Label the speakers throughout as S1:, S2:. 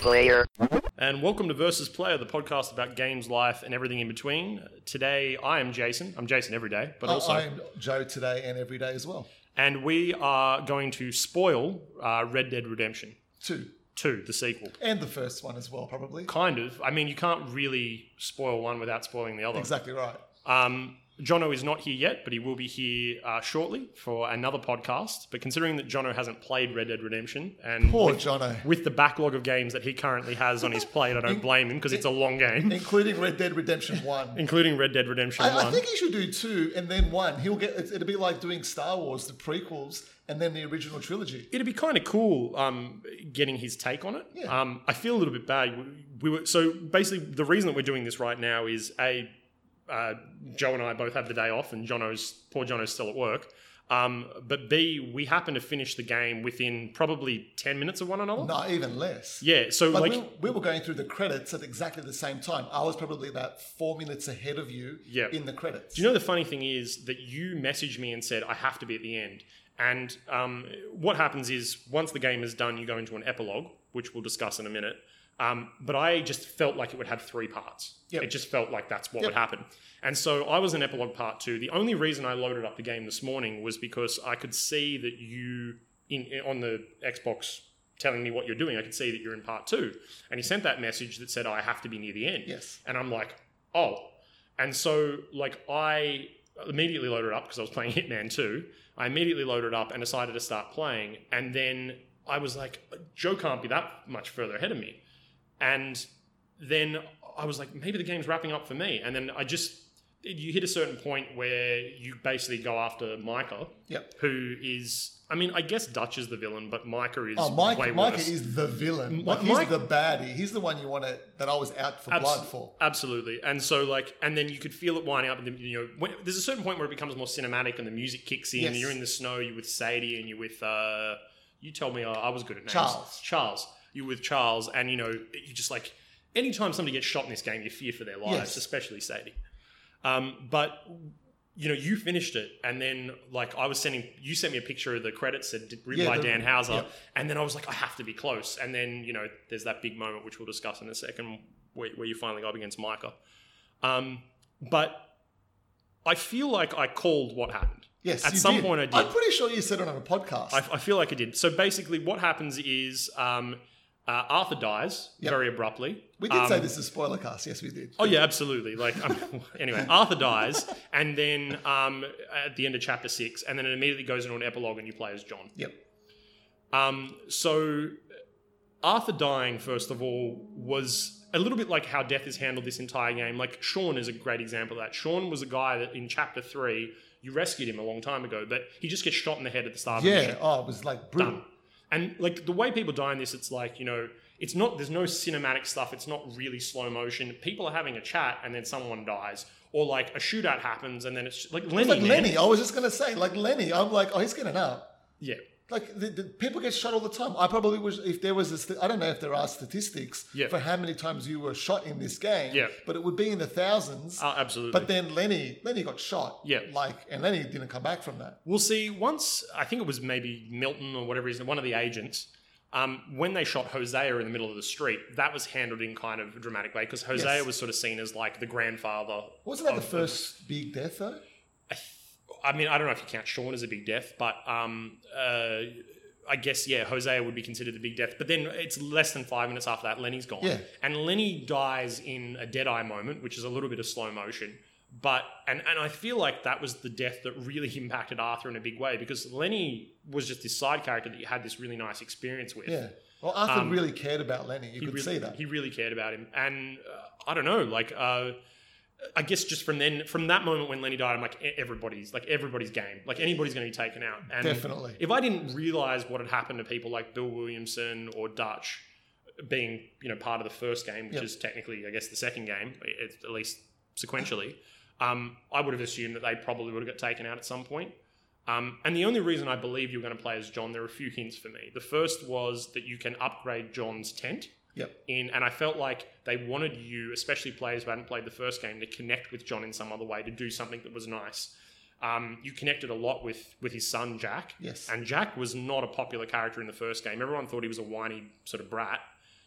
S1: player.
S2: And welcome to Versus Player, the podcast about games, life, and everything in between. Today, I am Jason. I'm Jason every day, but
S3: Oh, I-
S2: also.
S3: I'm Joe today and every day as well.
S2: And we are going to spoil uh, Red Dead Redemption
S3: Two.
S2: 2, the sequel.
S3: And the first one as well, probably.
S2: Kind of. I mean, you can't really spoil one without spoiling the other.
S3: Exactly right.
S2: Um, Jono is not here yet, but he will be here uh, shortly for another podcast. But considering that Jono hasn't played Red Dead Redemption and
S3: Poor
S2: with,
S3: Jono.
S2: with the backlog of games that he currently has on his plate, I don't blame him because it's a long game,
S3: Including Red Dead Redemption 1.
S2: including Red Dead Redemption
S3: I, I
S2: 1.
S3: think he should do two and then one. He'll get it's- it'll be like doing Star Wars, the prequels, and then the original trilogy.
S2: It'd be kind of cool um, getting his take on it.
S3: Yeah.
S2: Um, I feel a little bit bad. We, we were so basically the reason that we're doing this right now is a uh, Joe and I both have the day off, and Jono's poor Jono's still at work. Um, but B, we happen to finish the game within probably ten minutes of one another.
S3: No, even less.
S2: Yeah, so
S3: Like,
S2: like,
S3: we, we were going through the credits at exactly the same time. I was probably about four minutes ahead of you
S2: Yeah.
S3: in the credits.
S2: do you know the funny thing is that you messaged me and said I have to be at the end. And um, what happens is once the game is done, you go into an epilogue, which we'll discuss in a minute. Um, but I just felt like it would have three parts.
S3: Yep.
S2: It just felt like that's what
S3: Yep.
S2: would happen. And so I was in epilogue part two. The only reason I loaded up the game this morning was because I could see that you in, in- on the Xbox telling me what you're doing. I could see that you're in part two. And he sent that message that said, "I have to be near the end."
S3: Yes.
S2: And I'm like, oh. And so, like, I immediately loaded it up because I was playing Hitman 2. I immediately loaded it up and decided to start playing. And then I was like, Joe can't be that much further ahead of me. And then I was like, maybe the game's wrapping up for me. And then I just, you hit a certain point where you basically go after Micah,
S3: Yep.
S2: who is, I mean, I guess Dutch is the villain, but Micah is
S3: Oh, Mike,
S2: way
S3: Micah
S2: worse.
S3: is the villain.
S2: Mi-
S3: Like, he's
S2: Mike-
S3: the baddie. He's the one you want to, that I was out for
S2: Abs-
S3: blood for.
S2: Absolutely. And so, like, and then you could feel it winding up. And then, you know, when, there's a certain point where it becomes more cinematic and the music kicks in.
S3: Yes.
S2: You're in the snow. You're with Sadie and you're with, uh, you told me uh, I was good at names.
S3: Charles.
S2: Charles. You're with Charles. And, you know, you just like, anytime somebody gets shot in this game, you fear for their lives,
S3: Yes.
S2: especially Sadie. Um, but, you know, you finished it. And then, like, I was sending, you sent me a picture of the credits that did written
S3: Yeah,
S2: by
S3: the-
S2: Dan Hauser.
S3: yeah.
S2: And then I was like, I have to be close. And then, you know, there's that big moment, which we'll discuss in a second, where, where you finally go up against Micah. Um, but I feel like I called what happened.
S3: Yes,
S2: At
S3: you
S2: some point I did.
S3: I'm pretty sure you said it on a podcast.
S2: I, I feel like I did. So basically, what happens is um, uh, Arthur dies
S3: Yep.
S2: very abruptly.
S3: we did
S2: Um,
S3: say this is spoiler cast. Yes, we did.
S2: Oh yeah, absolutely. Like um, anyway, Arthur dies, and then um, at the end of chapter six, and then it immediately goes into an epilogue, and you play as John.
S3: Yep.
S2: Um, so Arthur dying, first of all, was a little bit like how death is handled this entire game. Like Sean is a great example of that. Sean was a guy that in chapter three you rescued him a long time ago, but he just gets shot in the head at the start of the
S3: Yeah.
S2: mission.
S3: Oh, it was like brutal.
S2: Done. And like the way people die in this, it's like you know, it's not there's no cinematic stuff. It's not really slow motion. People are having a chat and then someone dies, or like a shootout happens and then it's like Lenny.
S3: It's like
S2: man.
S3: Lenny. I was just gonna say, like Lenny. I'm like, oh, he's getting up.
S2: Yeah.
S3: Like the, the, people get shot all the time. I probably wish if there was a st- I don't know if there are statistics
S2: Yeah.
S3: for how many times you were shot in this game.
S2: Yeah.
S3: But it would be in the thousands.
S2: Oh, absolutely.
S3: but then Lenny, Lenny got shot.
S2: Yeah.
S3: Like, and Lenny didn't come back from that.
S2: Well, see, once I think it was maybe Milton or whatever he's one of the agents. Um, when they shot Hosea in the middle of the street, that was handled in kind of a dramatic way because Hosea
S3: Yes.
S2: was sort of seen as like the grandfather.
S3: Wasn't that
S2: of-
S3: the first big death though?
S2: I mean, I don't know if you count Sean as a big death, but um, uh, I guess yeah, Hosea would be considered the big death. But then it's less than five minutes after that, Lenny's gone,
S3: Yeah.
S2: and Lenny dies in a dead eye moment, which is a little bit of slow motion. But and and I feel like that was the death that really impacted Arthur in a big way because Lenny was just this side character that you had this really nice experience with.
S3: Yeah. Well, Arthur
S2: Um,
S3: really cared about Lenny. You
S2: he
S3: could
S2: really,
S3: see that.
S2: he really cared about him, and uh, I don't know, like. Uh, I guess just from then, from that moment when Lenny died, I'm like e- everybody's like everybody's game, like anybody's going to be taken out. And
S3: Definitely.
S2: if I didn't realize what had happened to people like Bill Williamson or Dutch being, you know, part of the first game, which
S3: Yep.
S2: is technically, I guess, the second game, at at least sequentially, um, I would have assumed that they probably would have got taken out at some point. Um, and the only reason I believe you're going to play as John, there are a few hints for me. The first was that you can upgrade John's tent.
S3: Yep.
S2: In, and I felt like they wanted you, especially players who hadn't played the first game, to connect with John in some other way, to do something that was nice. Um, you connected a lot with with his son Jack,
S3: Yes.
S2: and Jack was not a popular character in the first game. Everyone thought he was a whiny sort of brat.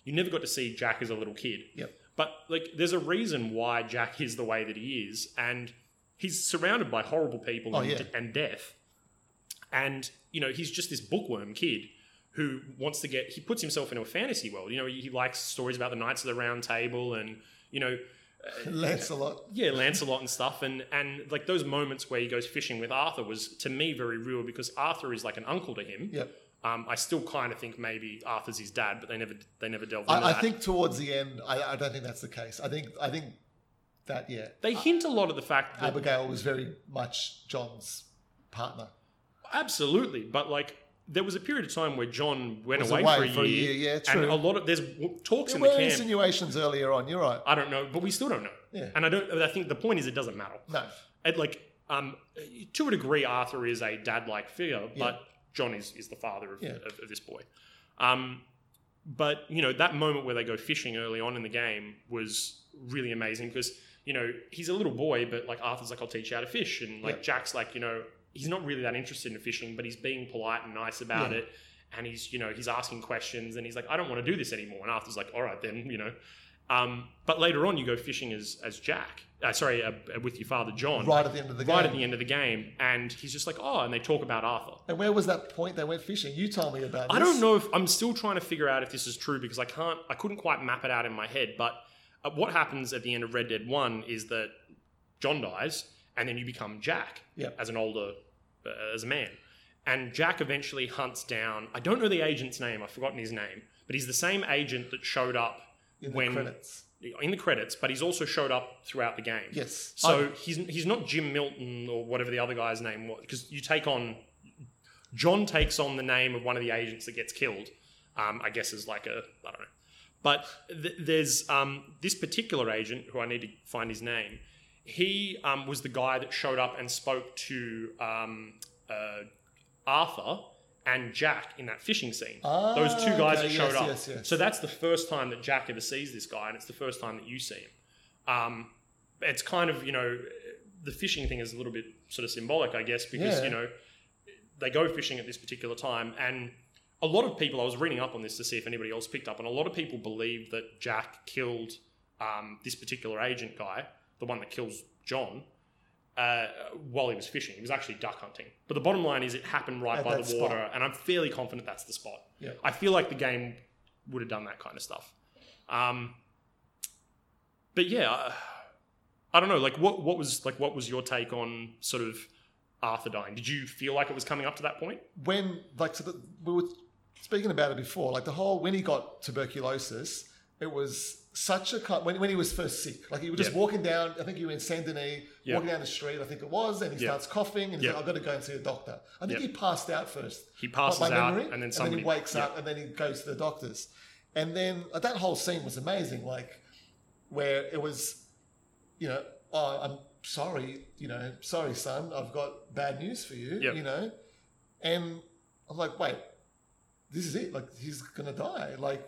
S2: You never got to see Jack as a little kid.
S3: Yep.
S2: But like, there's a reason why Jack is the way that he is, and he's surrounded by horrible people
S3: Oh,
S2: and,
S3: yeah.
S2: and death. And you know, he's just this bookworm kid who wants to get. He puts himself into a fantasy world. You know, he, he likes stories about the Knights of the Round Table, and you know,
S3: Lancelot.
S2: yeah, Lancelot and stuff, and and like those moments where he goes fishing with Arthur was to me very real because Arthur is like an uncle to him.
S3: Yep.
S2: Um, I still kind of think maybe Arthur's his dad, but they never they never delved into
S3: I, I
S2: that.
S3: think towards the end, I, I don't think that's the case. I think I think that yeah,
S2: they hint a lot of the fact that
S3: Abigail was very much John's partner.
S2: absolutely, but like there was a period of time where John went
S3: Was
S2: away,
S3: away
S2: for a
S3: for a
S2: year,
S3: year, yeah,
S2: and
S3: true.
S2: a lot of there's w- talks
S3: There
S2: in the
S3: were
S2: camp.
S3: insinuations earlier on. You're right.
S2: I don't know, but we still don't know.
S3: Yeah.
S2: And I don't. I think the point is it doesn't matter.
S3: No.
S2: And like um, to a degree, Arthur is a dad-like figure,
S3: Yeah.
S2: but John is is the father of,
S3: Yeah.
S2: of, of this boy. Um, but you know that moment where they go fishing early on in the game was really amazing because you know he's a little boy, but like Arthur's like, "I'll teach you how to fish," and like
S3: Yeah.
S2: Jack's like, you know, he's not really that interested in fishing, but he's being polite and nice about
S3: Yeah.
S2: it. And he's, you know, he's asking questions, and he's like, "I don't want to do this anymore." And Arthur's like, "All right, then," you know. Um, but later on, you go fishing as as Jack. Uh, sorry, uh, with your father John
S3: Right at the end of the
S2: right
S3: game.
S2: at the end of the game, and he's just like, "Oh," and they talk about Arthur.
S3: And where was that point they went fishing? You told me about.
S2: I
S3: this.
S2: don't know if I'm still trying to figure out if this is true because I can't, I couldn't quite map it out in my head. But uh, what happens at the end of Red Dead One is that John dies, and then you become Jack
S3: Yep.
S2: as an older, uh, as a man, and Jack eventually hunts down. I don't know the agent's name. I've forgotten his name, but he's the same agent that showed up
S3: in
S2: when-
S3: the credits.
S2: in the credits, but he's also showed up throughout the game.
S3: Yes.
S2: So he's he's not Jim Milton or whatever the other guy's name was because you take on John takes on the name of one of the agents that gets killed. Um, I guess is like a I don't know, but th- there's um, this particular agent who I need to find his name. He um, was the guy that showed up and spoke to um, uh, Arthur and Jack in that fishing scene.
S3: Ah,
S2: Those two guys
S3: okay,
S2: that showed
S3: yes,
S2: up.
S3: yes, yes.
S2: So that's the first time that Jack ever sees this guy, and it's the first time that you see him. Um, it's kind of you know the fishing thing is a little bit sort of symbolic, I guess, because
S3: Yeah.
S2: you know they go fishing at this particular time, and a lot of people. I was reading up on this to see if anybody else picked up, and a lot of people believe that Jack killed um, this particular agent guy, the one that kills John. Uh, while he was fishing, he was actually duck hunting. But the bottom line is, it happened right
S3: At
S2: by the
S3: that
S2: water,
S3: spot.
S2: and I'm fairly confident that's the spot.
S3: Yeah.
S2: I feel like the game would have done that kind of stuff. Um, but yeah, I, I don't know. Like, what what was like what was your take on sort of Arthur dying? Did you feel like it was coming up to that point?
S3: when like so the, we were speaking about it before like the whole when he got tuberculosis it was such a kind when, when he was first sick like he was just
S2: Yeah.
S3: walking down i think you were in saint denis
S2: Yeah.
S3: walking down the street i think it was and he
S2: Yeah.
S3: starts coughing and he's
S2: Yeah.
S3: like i've got to go and see a doctor i think
S2: Yeah.
S3: he passed out first
S2: He passes
S3: by
S2: out,
S3: memory,
S2: and then somebody
S3: he wakes
S2: yeah.
S3: up, and then he goes to the doctors, and then uh, that whole scene was amazing. Like where it was, you know, oh, I'm sorry, you know, sorry, son, I've got bad news for you,
S2: Yeah.
S3: you know, and I'm like, wait, this is it. Like he's gonna die. Like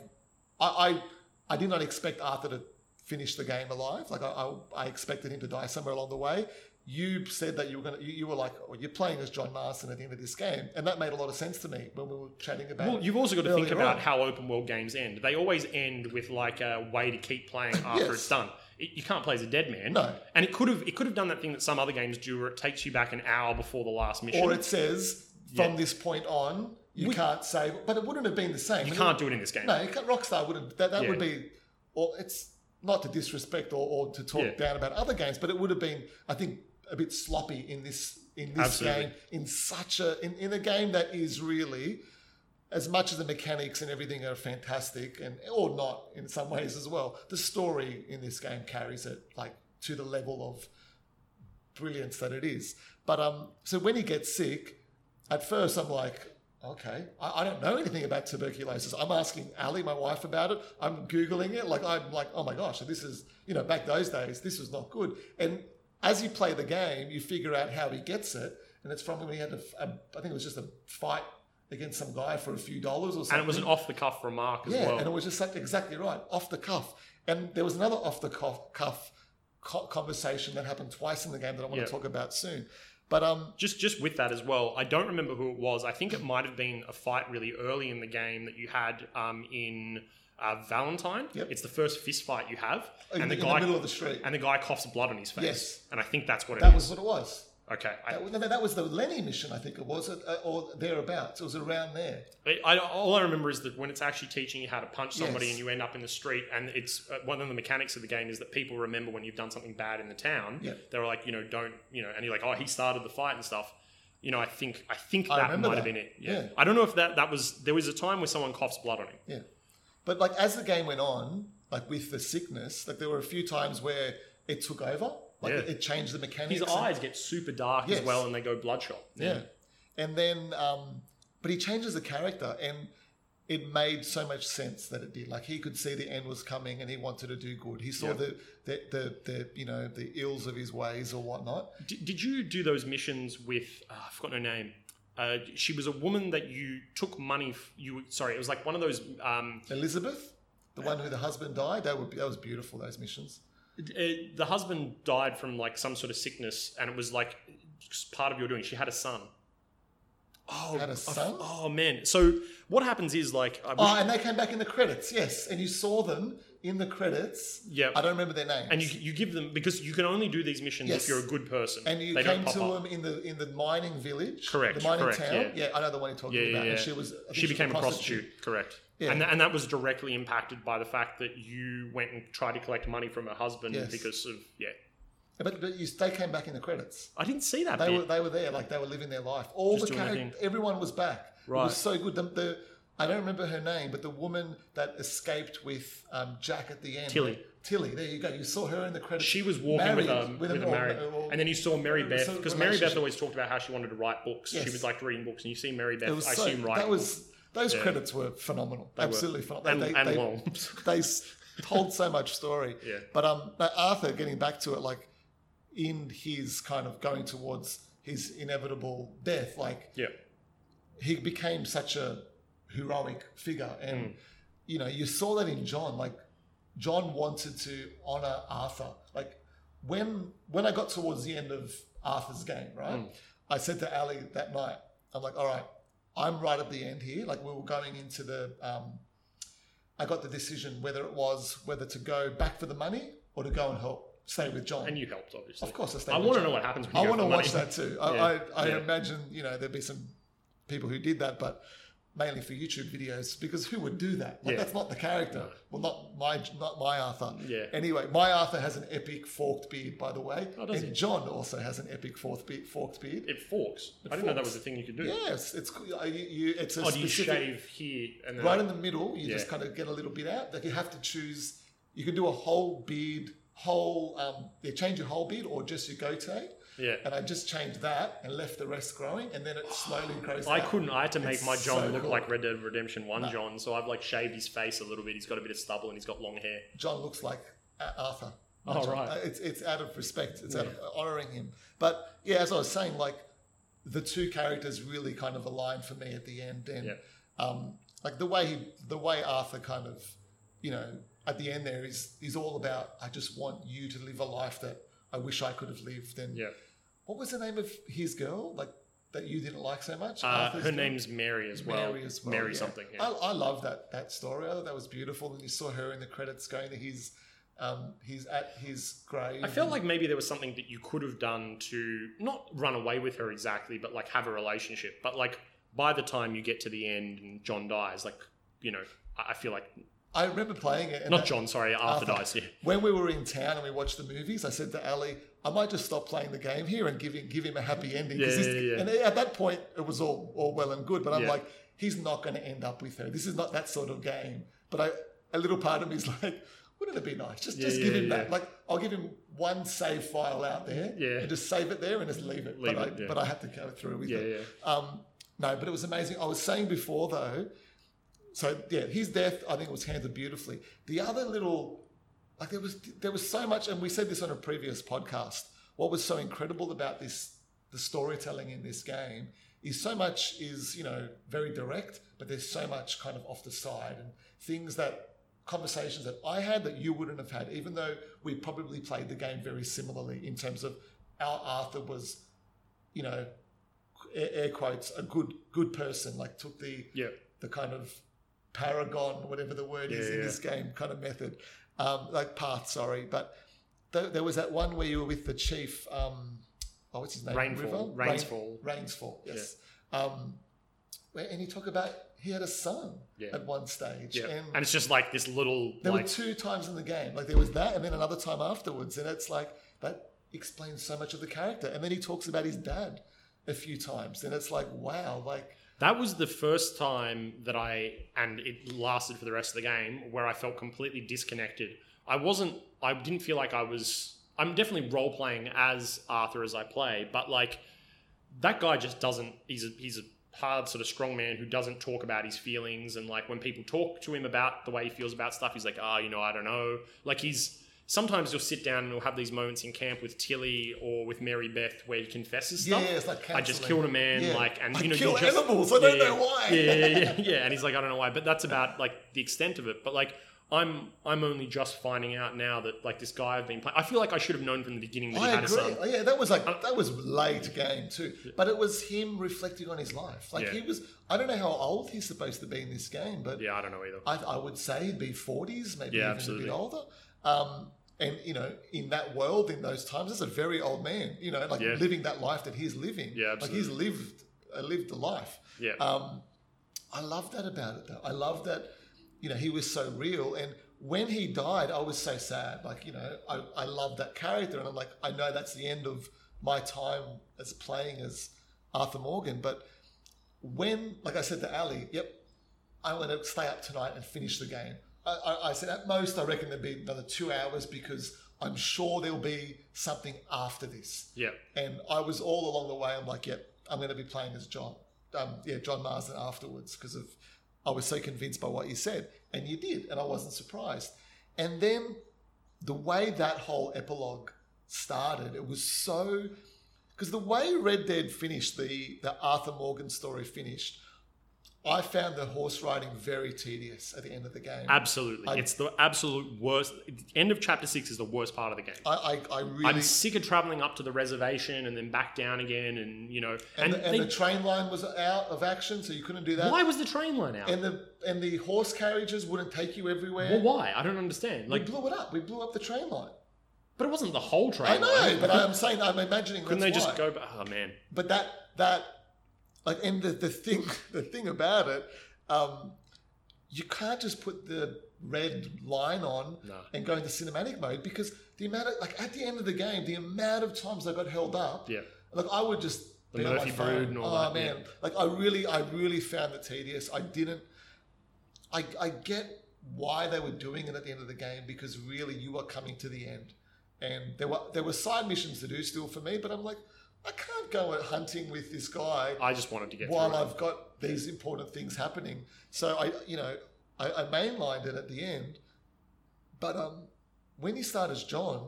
S3: I, I, I did not expect Arthur to finish the game alive. Like I, I, I expected him to die somewhere along the way. You said that you were gonna, you, you were like, oh, you're playing as John Marston at the end of this game, and that made a lot of sense to me when we were chatting about.
S2: Well, you've also got to think
S3: earlier
S2: about
S3: on.
S2: how open world games end. They always end with like a way to keep playing after
S3: Yes.
S2: it's done. It, you can't play as a dead man.
S3: No.
S2: And it could have it could have done that thing that some other games do, where it takes you back an hour before the last mission.
S3: or it says from
S2: Yeah.
S3: this point on you
S2: We-
S3: can't save, but it wouldn't have been the same.
S2: you
S3: And
S2: can't do it in this game.
S3: No, you can't- Rockstar wouldn't. That, that
S2: Yeah.
S3: would be, or it's not to disrespect or, or to talk
S2: Yeah.
S3: down about other games, but it would have been, I think, a bit sloppy in this in this
S2: Absolutely.
S3: game in such a in, in a game that is really as much as the mechanics and everything are fantastic and or not in some ways as well. The story in this game carries it like to the level of brilliance that it is. But um, so when he gets sick, at first I'm like, okay, I, I don't know anything about tuberculosis. I'm asking Ali, my wife, about it. I'm googling it. Like I'm like, oh my gosh, this is you know back those days, this was not good. And as you play the game, you figure out how he gets it, and it's from when he had a, a I think it was just a fight against some guy for a few dollars or something.
S2: And it was an off the cuff remark as
S3: Yeah,
S2: well.
S3: and it was just like exactly right, off the cuff. And there was another off the cuff, cuff co- conversation that happened twice in the game that I want
S2: Yeah.
S3: to talk about soon. But um,
S2: just just with that as well, I don't remember who it was. I think it might have been a fight really early in the game that you had um, in uh, Valentine.
S3: Yep. Oh,
S2: It's the first fist fight you have,
S3: In,
S2: and
S3: the,
S2: the
S3: in
S2: guy
S3: the middle of the street.
S2: and the guy coughs blood on his face.
S3: Yes.
S2: and I think that's what it is.
S3: That was what it was.
S2: okay, I,
S3: That was, no, that was the Lenny mission, I think it was, uh, or thereabouts. It was around there.
S2: I- I, all I remember is that when it's actually teaching you how to punch somebody
S3: Yes.
S2: and you end up in the street, and it's uh, one of the mechanics of the game is that people remember when you've done something bad in the town.
S3: Yeah.
S2: They're like, you know, don't, you know, and you're like, oh, he started the fight and stuff. You know, I think I think
S3: I
S2: that
S3: remember
S2: might have
S3: that.
S2: been it. Yeah.
S3: Yeah.
S2: I don't know if that that was there was a time where someone coughs blood on him.
S3: But like as the game went on, like with the sickness, like there were a few times where it took over. Like
S2: Yeah.
S3: it, it changed the mechanics.
S2: His
S3: and-
S2: eyes get super dark
S3: Yes.
S2: as well, and they go bloodshot.
S3: Yeah. And then, um, but he changes the character and it made so much sense that it did. Like he could see the end was coming and he wanted to do good. He saw
S2: Yeah.
S3: the, the, the, the, you know, the ills of his ways or whatnot.
S2: Did, did you do those missions with? Uh, I forgot her name. Uh, she was a woman that you took money. F- you sorry, it was like one of those. Um,
S3: Elizabeth, the one who the husband died, that, would be, that was beautiful, those missions.
S2: Uh, the husband died from like some sort of sickness, and it was like just part of your doing. She had a son. Oh,
S3: Had a
S2: I f-
S3: son?
S2: Oh man! So what happens is like, I wish,
S3: Oh, and they came back in the credits, yes. And you saw them in the credits.
S2: yeah,
S3: I don't remember their names.
S2: and you you give them because you can only do these missions
S3: Yes.
S2: if you're a good person.
S3: And you
S2: they
S3: came
S2: don't pop
S3: to
S2: up.
S3: them in the in the mining village,
S2: Correct,
S3: The mining
S2: correct,
S3: town.
S2: yeah.
S3: I know the one you're talking
S2: Yeah, yeah,
S3: about. And
S2: yeah.
S3: she was. I think
S2: She became a prostitute, correct?
S3: Yeah.
S2: And, tha- and that was directly impacted by the fact that you went and tried to collect money from her husband
S3: Yes.
S2: because of yeah.
S3: But, but you, they came back in the credits.
S2: I didn't see that.
S3: They
S2: bit.
S3: were they were there, like they were living their life. All
S2: Just
S3: the
S2: doing their
S3: characters, everyone was back. It
S2: Right.
S3: was so good. The, the I don't remember her name, but the woman that escaped with um, Jack at the end,
S2: Tilly.
S3: Tilly. There you go. You saw her in the credits.
S2: She was walking with
S3: Married,
S2: a,
S3: with
S2: with
S3: an
S2: a married,
S3: old- old-
S2: and then you saw Mary
S3: It was
S2: Beth
S3: a
S2: because Mary Beth
S3: relationship.
S2: always talked about how she wanted to write books.
S3: Yes.
S2: She was like reading books, and you see Mary Beth.
S3: it
S2: I
S3: was so,
S2: assume right,
S3: that was those
S2: Yeah.
S3: credits were phenomenal. Absolutely phenomenal.
S2: and,
S3: They-
S2: and
S3: they-
S2: long.
S3: they s- told so much story.
S2: Yeah.
S3: But um, but Arthur, getting back to it, like in his kind of going towards his inevitable death, like
S2: yeah,
S3: he became such a heroic figure, and
S2: Mm.
S3: you know you saw that in John. Like John wanted to honor Arthur. Like when when I got towards the end of Arthur's game, right,
S2: Mm.
S3: I said to Ali that night, I'm like, all right, I'm right at the end here. Like we were going into the, um, I got the decision whether it was whether to go back for the money or to go and help stay with John.
S2: and you helped obviously.
S3: of course, I stayed.
S2: I
S3: with
S2: want to
S3: John.
S2: know what happens. When
S3: I
S2: you go
S3: want to
S2: for
S3: watch
S2: money.
S3: that too. I,
S2: Yeah,
S3: I, I
S2: yeah.
S3: imagine you know there'd be some people who did that, but mainly for YouTube videos because who would do that? Like,
S2: Yeah.
S3: That's not the character. Well, not my not my Arthur.
S2: Yeah.
S3: Anyway, my Arthur has an epic forked beard, by the way,
S2: Oh, does
S3: and
S2: he?
S3: John also has an epic forked beard. Forked beard.
S2: It forks. I didn't know that
S3: forks.
S2: was a thing you could do.
S3: Yes, it's Uh, you, you, it's a
S2: Oh, do you
S3: specific
S2: shave here and then
S3: right in the middle. You just
S2: Yeah.
S3: kind of get a little bit out. Like you have to choose. You can do a whole beard, whole um, yeah, change your whole beard or just your goatee.
S2: yeah.
S3: And I just changed that and left the rest growing, and then it slowly grows.
S2: I
S3: out.
S2: couldn't. I had to make
S3: It's
S2: my John
S3: so
S2: look
S3: cool.
S2: like Red Dead Redemption One John, so I've like shaved his face a little bit. He's got a bit of stubble and he's got long hair.
S3: John looks like A- Arthur. Not
S2: Oh,
S3: John.
S2: right.
S3: Uh, It's it's out of respect. It's out of honoring him. But yeah, as I was saying, like the two characters really kind of aligned for me at the end, and
S2: Yeah.
S3: um, like the way he, the way Arthur kind of, you know, at the end there is is all about. I just want you to live a life that I wish I could have lived. And
S2: Yeah.
S3: what was the name of his girl? Like. That you didn't like so much.
S2: Uh,
S3: Arthur's
S2: her
S3: girl?
S2: name's Mary as well.
S3: Mary as well.
S2: Mary
S3: yeah.
S2: something. Yeah.
S3: I, I love that that story. I thought that was beautiful, and you saw her in the credits going to his, um, he's at his grave.
S2: I felt
S3: and-
S2: like maybe there was something that you could have done to not run away with her exactly, but like have a relationship. But like by the time you get to the end and John dies, like you know, I I feel like
S3: I remember playing it. And
S2: not
S3: that-
S2: John, sorry, Arthur,
S3: Arthur.
S2: dies. Yeah,
S3: When we were in town and we watched the movies, I said to Ali, "I might just stop playing the game here and give him give him a happy ending." 'cause
S2: Yeah,
S3: he's-
S2: yeah, yeah.
S3: And eh, at that point, it was all all well and good, but I'm
S2: Yeah.
S3: like, he's not going to end up with her. This is not that sort of game. But I, a little part of me is like. Wouldn't it be nice? Just,
S2: Yeah,
S3: just give
S2: yeah,
S3: him that.
S2: yeah.
S3: Like, I'll give him one save file out there,
S2: Yeah.
S3: and just save it there and just leave it.
S2: Leave
S3: but,
S2: it,
S3: I,
S2: yeah.
S3: but I had to go through with
S2: yeah,
S3: it.
S2: yeah.
S3: Um, no, but it was amazing. I was saying before though, so yeah, his death I think was handled beautifully. The other little, like there was there was so much, and we said this on a previous podcast. What was so incredible about this, the storytelling in this game is so much is you know very direct, but there's so much kind of off the side and things that conversations that I had that you wouldn't have had, even though we probably played the game very similarly in terms of our Arthur was, you know, air air quotes, a good good person, like took the
S2: yeah.
S3: the kind of paragon, whatever the word is
S2: Yeah,
S3: in
S2: yeah.
S3: this game, kind of method, um, like path. Sorry, but th- there was that one where you were with the chief. Um, oh, what's his name? River?
S2: Rainfall.
S3: Rain-
S2: Rainsfall.
S3: Rainsfall. Yes. Um, where, and you talk about he had a son
S2: Yeah.
S3: at one stage,
S2: Yeah.
S3: and,
S2: And it's just like this little
S3: there
S2: like
S3: were two times in the game. Like there was that, and then another time afterwards, and it's like that explains so much of the character. And then he talks about his dad a few times, and it's like wow, like
S2: That was the first time that I, and it lasted for the rest of the game, where I felt completely disconnected. I wasn't, I didn't feel like I was, I'm definitely role playing as Arthur as I play, but like that guy just doesn't, he's a, he's a hard sort of strong man who doesn't talk about his feelings. And like when people talk to him about the way he feels about stuff, he's like, ah, you know, I don't know. Like he's, sometimes you'll sit down and we'll have these moments in camp with Tilly or with Mary Beth where he confesses
S3: yeah,
S2: stuff.
S3: it's like
S2: I just
S3: counselling.
S2: killed a man,
S3: Yeah.
S2: like, and
S3: I
S2: you know,
S3: kill
S2: you're just,
S3: animals. I don't
S2: yeah,
S3: know why.
S2: yeah, yeah, yeah, yeah. And he's like, I don't know why, but that's about like the extent of it. But like, I'm I'm only just finding out now that like this guy I've been playing. I feel like I should have known from the beginning that he
S3: I
S2: had
S3: agree.
S2: a son. Uh,
S3: Oh, Yeah, that was like that was late game too, but it was him reflecting on his life. Like
S2: Yeah.
S3: he was, I don't know how old he's supposed to be in this game, but
S2: Yeah, I don't know either.
S3: I, I would say he'd be 40s, maybe
S2: Yeah,
S3: even a
S2: absolutely.
S3: bit older. Um, and, you know, in that world, in those times, as a very old man, you know, like
S2: Yeah.
S3: living that life that he's living.
S2: Yeah,
S3: Like he's lived, uh, lived the life.
S2: Yeah,
S3: Um, I love that about it, though. I love that, you know, he was so real. And when he died, I was so sad. Like, you know, I, I love that character. And I'm like, I know that's the end of my time as playing as Arthur Morgan. But when, like I said to Ali, yep, I want to stay up tonight and finish the game. I, I, I said, at most, I reckon there'll be another two hours because I'm sure there'll be something after this.
S2: yeah,
S3: And I was all along the way. I'm like, yep, I'm going to be playing as John. Um, yeah, John Marsden afterwards because of I was so convinced by what you said, and you did, and I wasn't surprised. And then the way that whole epilogue started, it was so because the way Red Dead finished, the the Arthur Morgan story finished, I found the horse riding very tedious at the end of the game.
S2: absolutely.
S3: I-
S2: it's the absolute worst. End of chapter six is the worst part of the game.
S3: I, I, I really
S2: I'm sick of traveling up to the reservation and then back down again, and you know, and,
S3: and, the, and
S2: they-
S3: the train line was out of action, so you couldn't do that.
S2: why was the train line out?
S3: and the and the horse carriages wouldn't take you everywhere.
S2: well, why? I don't understand.
S3: we
S2: Like,
S3: blew it up. We blew up the train line.
S2: but it wasn't the whole train.
S3: I know,
S2: line.
S3: but I'm saying I'm imagining
S2: couldn't they
S3: that's
S2: just
S3: why.
S2: go? back? Oh man,
S3: But that that like and the, the thing the thing about it, um, you can't just put the red line on
S2: no.
S3: and go into cinematic mode because the amount of like at the end of the game, the amount of times I got held up,
S2: Yeah.
S3: like I would just
S2: The
S3: be on my
S2: Murphy
S3: phone.
S2: brood and all
S3: oh,
S2: that,
S3: man, like I really, I really found it tedious. I didn't. I I get why they were doing it at the end of the game because really you are coming to the end, and there were there were side missions to do still for me, but I'm like I can't go out hunting with this guy
S2: I just wanted to get
S3: while
S2: through it.
S3: I've got these important things happening. So I, you know, I, I mainlined it at the end. But um, when you start as John,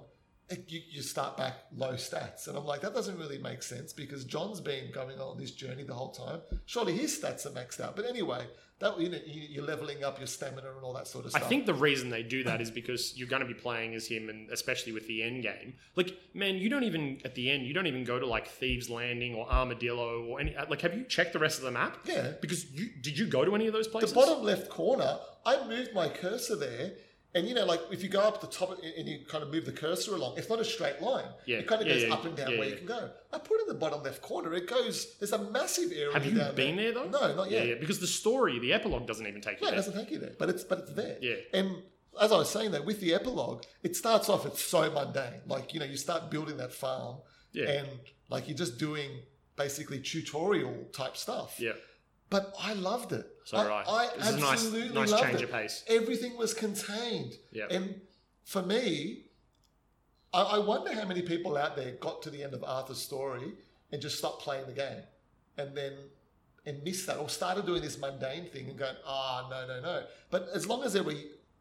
S3: it, you, you start back low stats, and I'm like, that doesn't really make sense because John's been going on this journey the whole time. Surely his stats are maxed out. But anyway, that you know, you, you're leveling up your stamina and all that sort of
S2: I
S3: stuff.
S2: think the reason they do that is because you're going to be playing as him, and especially with the end game. Like, man, you don't even at the end, you don't even go to like Thieves Landing or Armadillo or any. uh, Like, have you checked the rest of the map?
S3: yeah.
S2: Because you did you go to any of those places?
S3: The bottom left corner, I moved my cursor there. And you know, like if you go up the top and- and you kind of move the cursor along, it's not a straight line.
S2: Yeah,
S3: It kind of
S2: yeah,
S3: goes
S2: yeah,
S3: up and down
S2: yeah,
S3: where
S2: yeah.
S3: you can go. I put it in the bottom left corner. It goes. There's a massive area.
S2: have you
S3: down
S2: been there though?
S3: there. No, not
S2: Yeah,
S3: yet.
S2: yeah, because the story, the epilogue, doesn't even take you
S3: No, it
S2: there.
S3: doesn't take you there, but it's but it's there.
S2: Yeah.
S3: And as I was saying that with the epilogue, it starts off. It's so mundane. Like you know, you start building that farm,
S2: Yeah.
S3: and like you're just doing basically tutorial type stuff.
S2: Yeah.
S3: But I loved it.
S2: So right,
S3: I,
S2: this is a nice,
S3: absolutely
S2: nice
S3: loved
S2: change
S3: it
S2: of pace.
S3: everything was contained.
S2: Yeah.
S3: And for me, I, I wonder how many people out there got to the end of Arthur's story and just stopped playing the game and then and missed that or started doing this mundane thing and going, ah, no, no, no. But as long as there were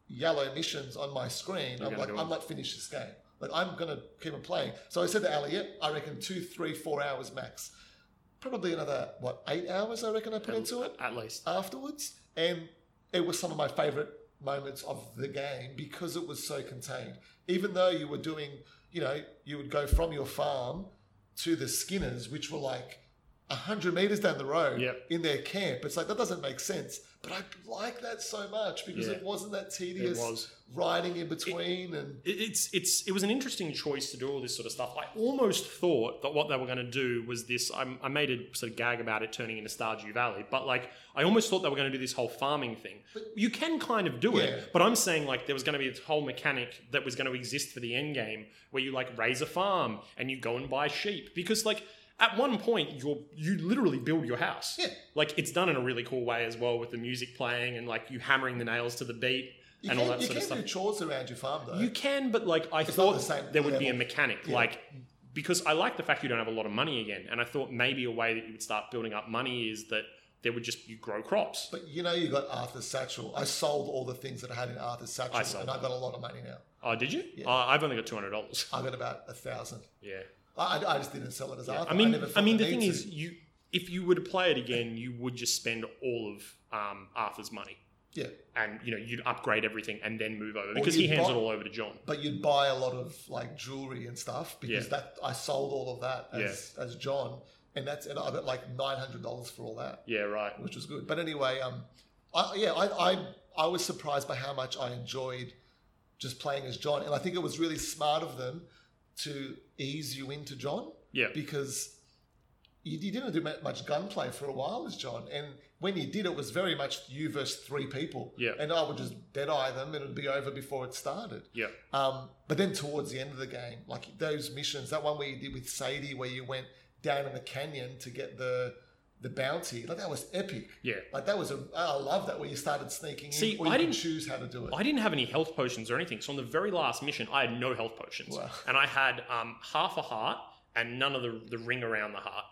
S3: yellow missions on my screen,
S2: You're
S3: I'm
S2: gonna
S3: like,
S2: do
S3: I'm
S2: it.
S3: not finished this game. Like, I'm going to keep on playing. So I said to Ali, yep, I reckon two, three, four hours max. Probably another, what, eight hours I reckon I put
S2: at,
S3: into it?
S2: at least.
S3: afterwards, and it was some of my favorite moments of the game because it was so contained. Even though you were doing, you know, you would go from your farm to the Skinners, which were like 100 meters down the road
S2: Yep.
S3: in their camp. It's like, that doesn't make sense. But I like that so much because
S2: Yeah.
S3: it wasn't that
S2: It
S3: tedious
S2: was.
S3: riding in between. and
S2: It- It's it's it was an interesting choice to do all this sort of stuff. I almost thought that what they were going to do was this. I, I made a sort of gag about it turning into Stardew Valley, but like I almost thought they were going to do this whole farming thing. You can kind of do
S3: Yeah.
S2: it, but I'm saying like there was going to be this whole mechanic that was going to exist for the end game where you like raise a farm and you go and buy sheep because like at one point you're you literally build your house.
S3: Yeah.
S2: Like it's done in a really cool way as well with the music playing and like you hammering the nails to the beat.
S3: you
S2: And all
S3: can,
S2: that
S3: you
S2: sort of
S3: can do chores around your farm, though.
S2: You can, but like I
S3: It's not
S2: thought
S3: the same
S2: there would be a
S3: level.
S2: mechanic,
S3: Yeah.
S2: like because I like the fact you don't have a lot of money again, and I thought maybe a way that you would start building up money is that there would just you grow crops.
S3: but you know, you got Arthur's satchel. I sold all the things that I had in Arthur's satchel,
S2: I sold
S3: and I got a lot of money now.
S2: oh, did you?
S3: Yeah.
S2: Uh, I've only got two hundred dollars.
S3: I got about a thousand.
S2: Yeah.
S3: I, I- I just didn't sell it as Arthur.
S2: I mean,
S3: never
S2: I,
S3: felt
S2: mean, the
S3: need
S2: thing
S3: to.
S2: is, you if you were to play it again, you would just spend all of um, Arthur's money.
S3: Yeah.
S2: And you know you'd upgrade everything and then move over
S3: Or
S2: because he
S3: you'd
S2: hands
S3: buy-
S2: it all over to John.
S3: but you'd buy a lot of like jewelry and stuff because
S2: Yeah.
S3: that I sold all of that as, as John, and that's and I got like nine hundred dollars for all that,
S2: Yeah. Right.
S3: which was good. But anyway, um, I, yeah, I, I I was surprised by how much I enjoyed just playing as John, and I think it was really smart of them to ease you into John
S2: Yeah.
S3: because you, you didn't do mu- much gunplay for a while as John, and when you did, it was very much you versus three people.
S2: Yeah.
S3: and I would just dead eye them, and it'd be over before it started.
S2: Yeah.
S3: Um, but then towards the end of the game, like those missions, that one where you did with Sadie, where you went down in the canyon to get the the bounty, like that was epic.
S2: Yeah.
S3: Like that was a, I love that where you started sneaking
S2: See,
S3: in, or you
S2: I
S3: can
S2: didn't-
S3: choose how to do it.
S2: I didn't have any health potions or anything. So on the very last mission, I had no health potions,
S3: Wow.
S2: and I had um, half a heart and none of the the ring around the heart,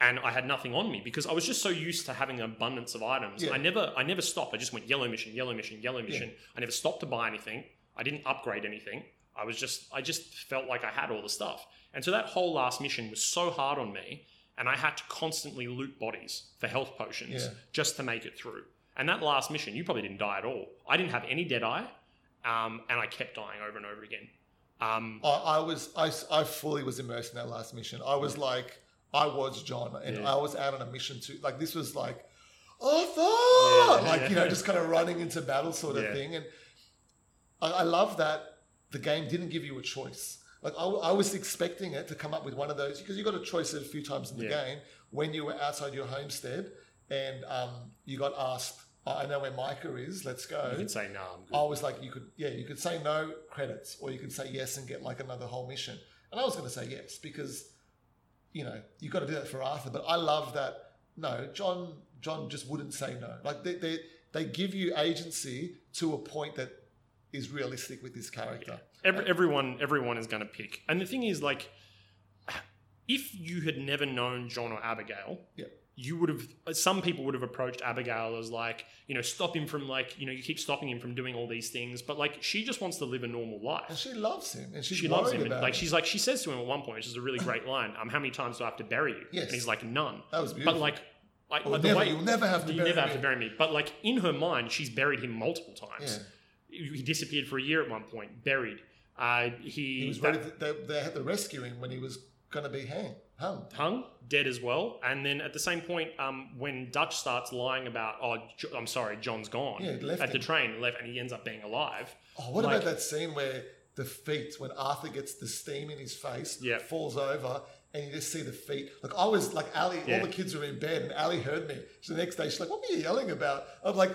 S2: and I had nothing on me because I was just so used to having an abundance of items.
S3: Yeah.
S2: I never I never stopped. I just went yellow mission, yellow mission, yellow mission. I never stopped to buy anything. I didn't upgrade anything. I was just I just felt like I had all the stuff, and so that whole last mission was so hard on me, and I had to constantly loot bodies for health potions
S3: Yeah.
S2: just to make it through. And that last mission, you probably didn't die at all. I didn't have any dead eye, um, and I kept dying over and over again. Um,
S3: I, I was I, s- I fully was immersed in that last mission. I was like I was John, and
S2: Yeah.
S3: I was out on a mission too. Like this was like Arthur,
S2: Yeah.
S3: like you know, just kind of running into battle sort of
S2: Yeah.
S3: thing. And I, I love that the game didn't give you a choice. Like I, w- I was expecting it to come up with one of those because you got a choice a few times in the
S2: Yeah.
S3: game when you were outside your homestead and um, you got asked, "I I know where Micah is. Let's go."
S2: you can say no. I'm good.
S3: I was like, you could, yeah, you could say no credits, or you could say yes and get like another whole mission. And I was going to say yes because, you know, you got to do that for Arthur. But I love that. No, John, John just wouldn't say no. Like they, they, they give you agency to a point that is realistic with this character.
S2: Every, everyone, everyone is going to pick. And the thing is, like, if you had never known John or Abigail,
S3: Yeah.
S2: you would have. Some people would have approached Abigail as like, you know, stop him from like, you know, you keep stopping him from doing all these things, but like, she just wants to live a normal life.
S3: And she loves him, and she's
S2: she loves
S3: worried
S2: him. And,
S3: about
S2: like
S3: him.
S2: she's like she says to him at one point, which is a really great line. Um, how many times do I have to bury you?
S3: Yes.
S2: And he's like none.
S3: That was beautiful.
S2: But like, I,
S3: Or
S2: like,
S3: never-
S2: the way
S3: you'll never have to
S2: you
S3: bury
S2: never have
S3: me.
S2: to bury me. But like in her mind, she's buried him multiple
S3: yeah,
S2: times. He disappeared for a year at one point, buried. Uh, he,
S3: he was
S2: that-
S3: ready. To, they, they had to rescue him when he was going to be hang, hung.
S2: hung, dead as well. And then at the same point, um, when Dutch starts lying about, oh, Jo- I'm sorry, John's gone.
S3: Yeah, he left
S2: at the
S3: him.
S2: train, left, and he ends up being alive.
S3: Oh, what
S2: Like-
S3: about that scene where the feet, when Arthur gets the steam in his face,
S2: Yeah.
S3: falls over, and you just see the feet. Like I was like Ali,
S2: Yeah.
S3: all the kids were in bed, and Ali heard me. So the next day, she's like, "What were you yelling about?" I'm like,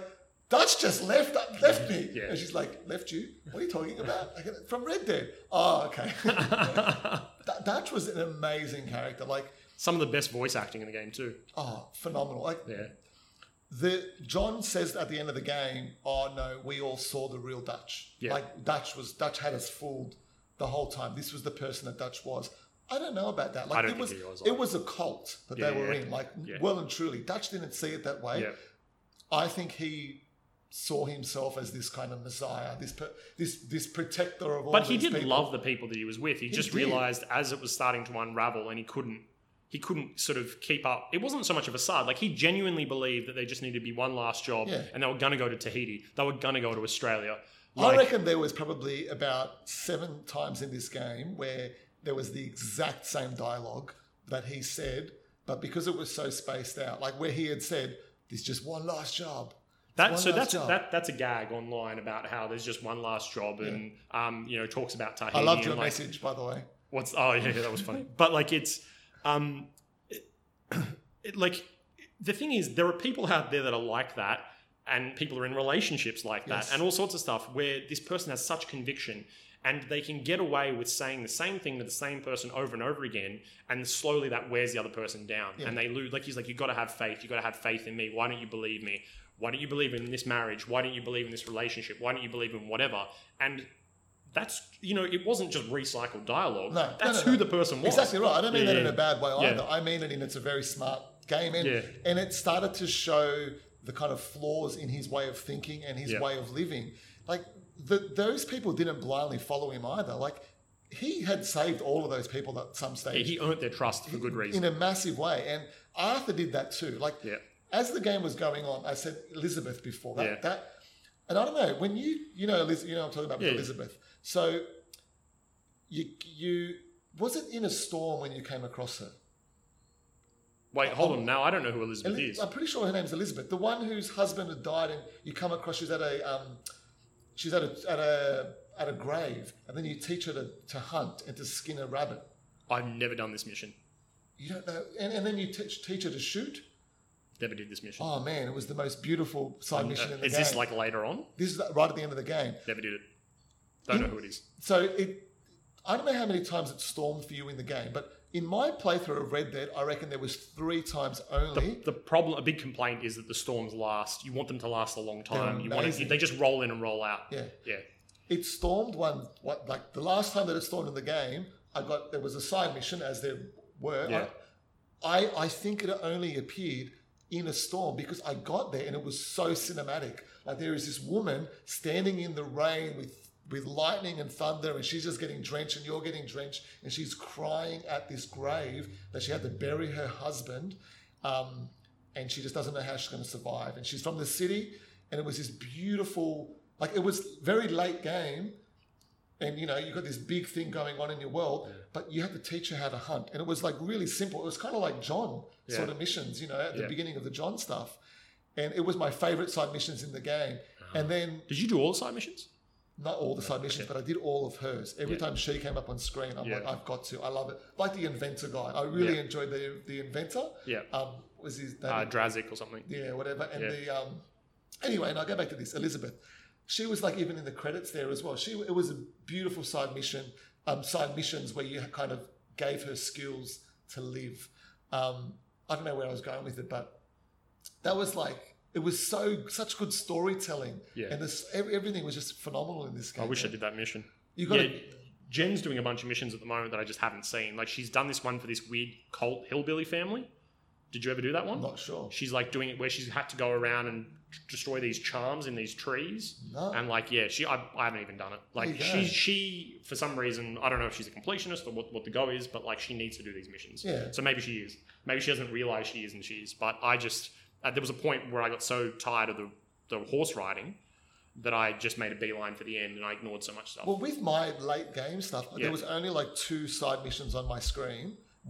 S3: "Dutch just left, left me,"
S2: Yeah.
S3: and she's like, "Left you? What are you talking about?" I go, From Red Dead. Oh, okay. D- Dutch was an amazing character. Like,
S2: Some of the best voice acting in the game too.
S3: oh, phenomenal. Like
S2: Yeah.
S3: the John says at the end of the game, "Oh no, we all saw the real Dutch.
S2: Yeah.
S3: Like Dutch was Dutch had us fooled the whole time. This was the person that Dutch was." I don't know about that. Like
S2: I don't
S3: it
S2: think
S3: was,
S2: he was
S3: it
S2: like-
S3: was a cult that
S2: Yeah,
S3: they were
S2: yeah,
S3: in. Like
S2: yeah.
S3: well and truly, Dutch didn't see it that way.
S2: Yeah.
S3: I think he saw himself as this kind of messiah, this per, this this protector of all.
S2: But he
S3: these
S2: did
S3: people.
S2: love the people that he was with. He, just
S3: did.
S2: realized as it was starting to unravel, and he couldn't. He couldn't sort of keep up. It wasn't so much a facade. Like he genuinely believed that they just needed to be one last job,
S3: Yeah.
S2: and they were going to go to Tahiti. They were going to go to Australia.
S3: I
S2: Like,
S3: reckon there was probably about seven times in this game where there was the exact same dialogue that he said, But because it was so spaced out, like where he had said, "There's just one last job."
S2: That,
S3: One
S2: so
S3: last
S2: that's
S3: job.
S2: that that's a gag online about how there's just one last job and um you know talks about tahini.
S3: I loved
S2: and
S3: your
S2: like,
S3: message, by the way.
S2: What's oh yeah, yeah that was funny. but like it's um it, it, like the thing is there are people out there that are like that and people are in relationships like that
S3: Yes.
S2: and all sorts of stuff where this person has such conviction and they can get away with saying the same thing to the same person over and over again and slowly that wears the other person down
S3: Yeah.
S2: and they lose like he's like you got to have faith you got to have faith in me why don't you believe me why don't you believe in this marriage why don't you believe in this relationship why don't you believe in whatever and that's you know it wasn't just recycled dialogue
S3: No, no,
S2: that's who
S3: no, no.
S2: the person was
S3: Exactly right. I don't mean
S2: Yeah,
S3: that in
S2: yeah.
S3: a bad way
S2: Yeah.
S3: either. I mean it in it's a very smart game, and
S2: Yeah.
S3: and it started to show the kind of flaws in his way of thinking and his
S2: Yeah.
S3: way of living. Like the, those people didn't blindly follow him either. Like he had saved all of those people at some
S2: Yeah,
S3: stage
S2: he earned their trust for good reason
S3: in a massive way, and Arthur did that too. Like
S2: yeah
S3: as the game was going on, I said Elizabeth before that.
S2: Yeah.
S3: That, and I don't know when you you know Eliz- you know I'm talking about with
S2: Yeah, yeah.
S3: Elizabeth. So you you was it in a storm when you came across her?
S2: wait hold on now i don't know who elizabeth
S3: Eli-
S2: is
S3: I'm pretty sure her name's Elizabeth, the one whose husband had died, and you come across she's at a um, she's at a at a at a grave, and then you teach her to, to hunt and to skin a rabbit.
S2: i've never done this mission
S3: You don't know, and, and then you teach teach her to shoot.
S2: never did this mission
S3: Oh man, it was the most beautiful side
S2: Uh,
S3: mission in the
S2: is
S3: game.
S2: this like later on
S3: this is right at the end of the game?
S2: never did it don't know
S3: In-
S2: who it is
S3: So it, I don't know how many times it stormed for you in the game, but in my playthrough of Red Dead, I reckon there was three times only.
S2: the problem a big complaint is that the storms last you want them to last a long time you want to,
S3: amazing.
S2: they just roll in and roll out
S3: yeah,
S2: yeah
S3: it stormed one. What like the last time that it stormed in the game, I got there was a side mission as there were.
S2: Yeah.
S3: I I think it only appeared in a storm because I got there and it was so cinematic. Like there is this woman standing in the rain with. With lightning and thunder, and she's just getting drenched, and you're getting drenched, and she's crying at this grave that she had to bury her husband. um, and she just doesn't know how she's going to survive. And she's from the city, and it was this beautiful, like it was very late game, and you know you got this big thing going on in your world, but you had to teach her how to hunt, and it was like really simple. It was kind of like John sort
S2: Yeah.
S3: of missions, you know, at the
S2: Yeah.
S3: beginning of the John stuff, and it was my favorite side missions in the game.
S2: Mm.
S3: And then
S2: did you do all the side missions
S3: not all the side missions, but I did all of hers. Every
S2: Yeah.
S3: time she came up on screen, I'm
S2: Yeah.
S3: like, I've got to. I love it. Like the inventor guy, I really
S2: Yeah.
S3: enjoyed the the inventor.
S2: yeah
S3: Um, was his name?
S2: uh, Drazik or something
S3: yeah, whatever. And
S2: Yeah.
S3: the um, anyway, and I'll go back to this Elizabeth. She was like even in the credits there as well. She it was a beautiful side mission, um, side missions where you kind of gave her skills to live. Um, I don't know where I was going with it, but that was like it was so such good storytelling,
S2: Yeah.
S3: and this ev- everything was just phenomenal in this game.
S2: i wish i
S3: man.
S2: did that mission
S3: You got
S2: yeah,
S3: to,
S2: Jen's doing a bunch of missions at the moment that I just haven't seen. Like she's done this one for this weird cult hillbilly family. Did you ever do that one?
S3: I'm not sure.
S2: She's like doing it where she's had to go around and t- destroy these charms in these trees.
S3: No.
S2: And like, yeah, she I, I haven't even done it.
S3: There
S2: Like
S3: you
S2: she
S3: go.
S2: she for some reason I don't know if she's a completionist or what, what the go is, but like she needs to do these missions.
S3: Yeah.
S2: So maybe she is. Maybe she doesn't realize she is and she is. But I just uh, there was a point where I got so tired of the the horse riding that I just made a beeline for the end and I ignored so much stuff.
S3: Well, with my late game stuff,
S2: Yeah.
S3: there was only like two side missions on my screen.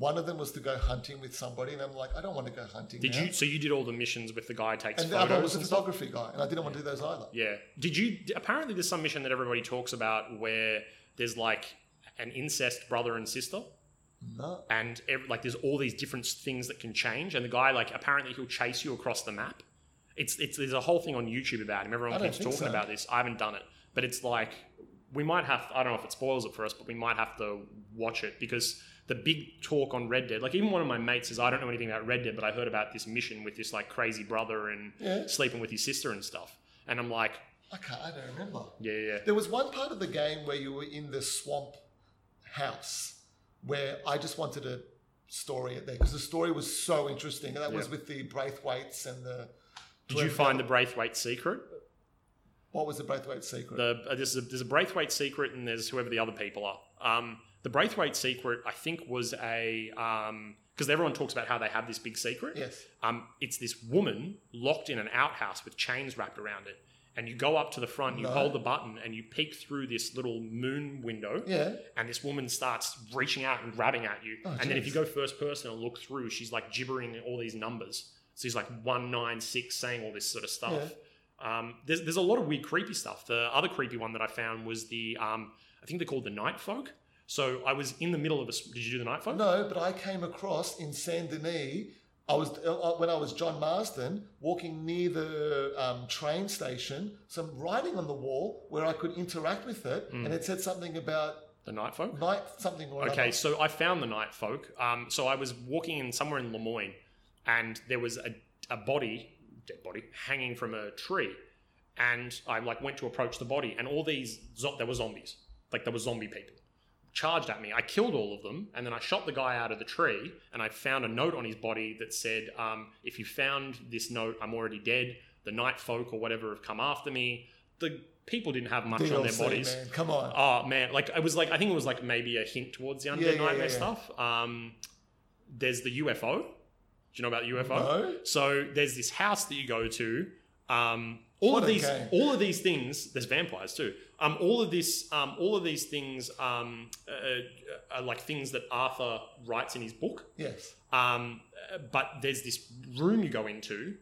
S3: One of them was to go hunting with somebody, and I'm like, I don't want to go hunting.
S2: Did
S3: now.
S2: you? So you did all the missions with the guy takes
S3: And the
S2: photos
S3: other was a
S2: and stuff.
S3: photography guy, and I didn't want to do those either.
S2: Yeah. Did you? d- Apparently, there's some mission that everybody talks about where there's like an incest brother and sister,
S3: No.
S2: and ev like there's all these different things that can change. And the guy, like, apparently he'll chase you across the map. It's it's there's a whole thing on YouTube about him.
S3: I
S2: Everyone
S3: don't
S2: keeps
S3: think
S2: talking
S3: so.
S2: about this. I haven't done it, but it's like we might have. I don't know if it spoils it for us, but we might have to watch it because. The big talk on Red Dead, like even one of my mates says, I don't know anything about Red Dead, but I heard about this mission with this like crazy brother and
S3: Yeah.
S2: sleeping with his sister and stuff. And I'm like,
S3: I can't. I don't remember.
S2: yeah, yeah, yeah.
S3: There was one part of the game where you were in the swamp house, where I just wanted to story it there because the story was so interesting, and that was
S2: Yeah.
S3: with the Braithwaites and the.
S2: Did you find the Braithwaite secret?
S3: What was the Braithwaite secret?
S2: The uh, there's a, there's a Braithwaite secret, and there's whoever the other people are. Um, the Braithwaite secret, I think, was a um because everyone talks about how they have this big secret.
S3: yes.
S2: Um, it's this woman locked in an outhouse with chains wrapped around it, and you go up to the front, you
S3: No.
S2: hold the button, and you peek through this little moon window,
S3: Yeah.
S2: and this woman starts reaching out and grabbing at you.
S3: Oh,
S2: and then if you go
S3: jeez.
S2: first person and look through, she's like gibbering all these numbers. So she's like 196 saying all this sort of stuff. Um, there's, there's a lot of weird, creepy stuff. The other creepy one that I found was the, um, I think they're called the night folk. So I was in the middle of a. s- Did you do the night folk?
S3: No, but I came across in Saint Denis. I was uh, when I was John Marsden walking near the um, train station. Some writing on the wall where I could interact with it,
S2: Mm.
S3: and it said something about
S2: The night folk?
S3: night something or
S2: Okay,
S3: Another.
S2: so I found the night folk. Um, so I was walking in somewhere in Lemoyne, and there was a, a body, dead body, hanging from a tree. And I like went to approach the body, and all these zo- there were zombies, like there were zombie people, charged at me. I killed all of them, and then I shot the guy out of the tree. And I found a note on his body that said, um, "If you found this note, I'm already dead. The night folk or whatever have come after me." The people didn't have much on their
S3: DLC,
S2: bodies.
S3: man, come on.
S2: Oh man, like it was like I think it was like maybe a hint towards the under
S3: Yeah, yeah,
S2: nightmare
S3: yeah.
S2: stuff. Um, there's the UFO. Do you know about the UFO?
S3: No,
S2: So there's this house that you go to. Um, all
S3: What
S2: of
S3: a
S2: these,
S3: game.
S2: all of these things. There's vampires too. Um, all of this, um, all of these things, um, uh, are like things that Arthur writes in his book.
S3: yes,
S2: Um, uh, but there's this room you go into,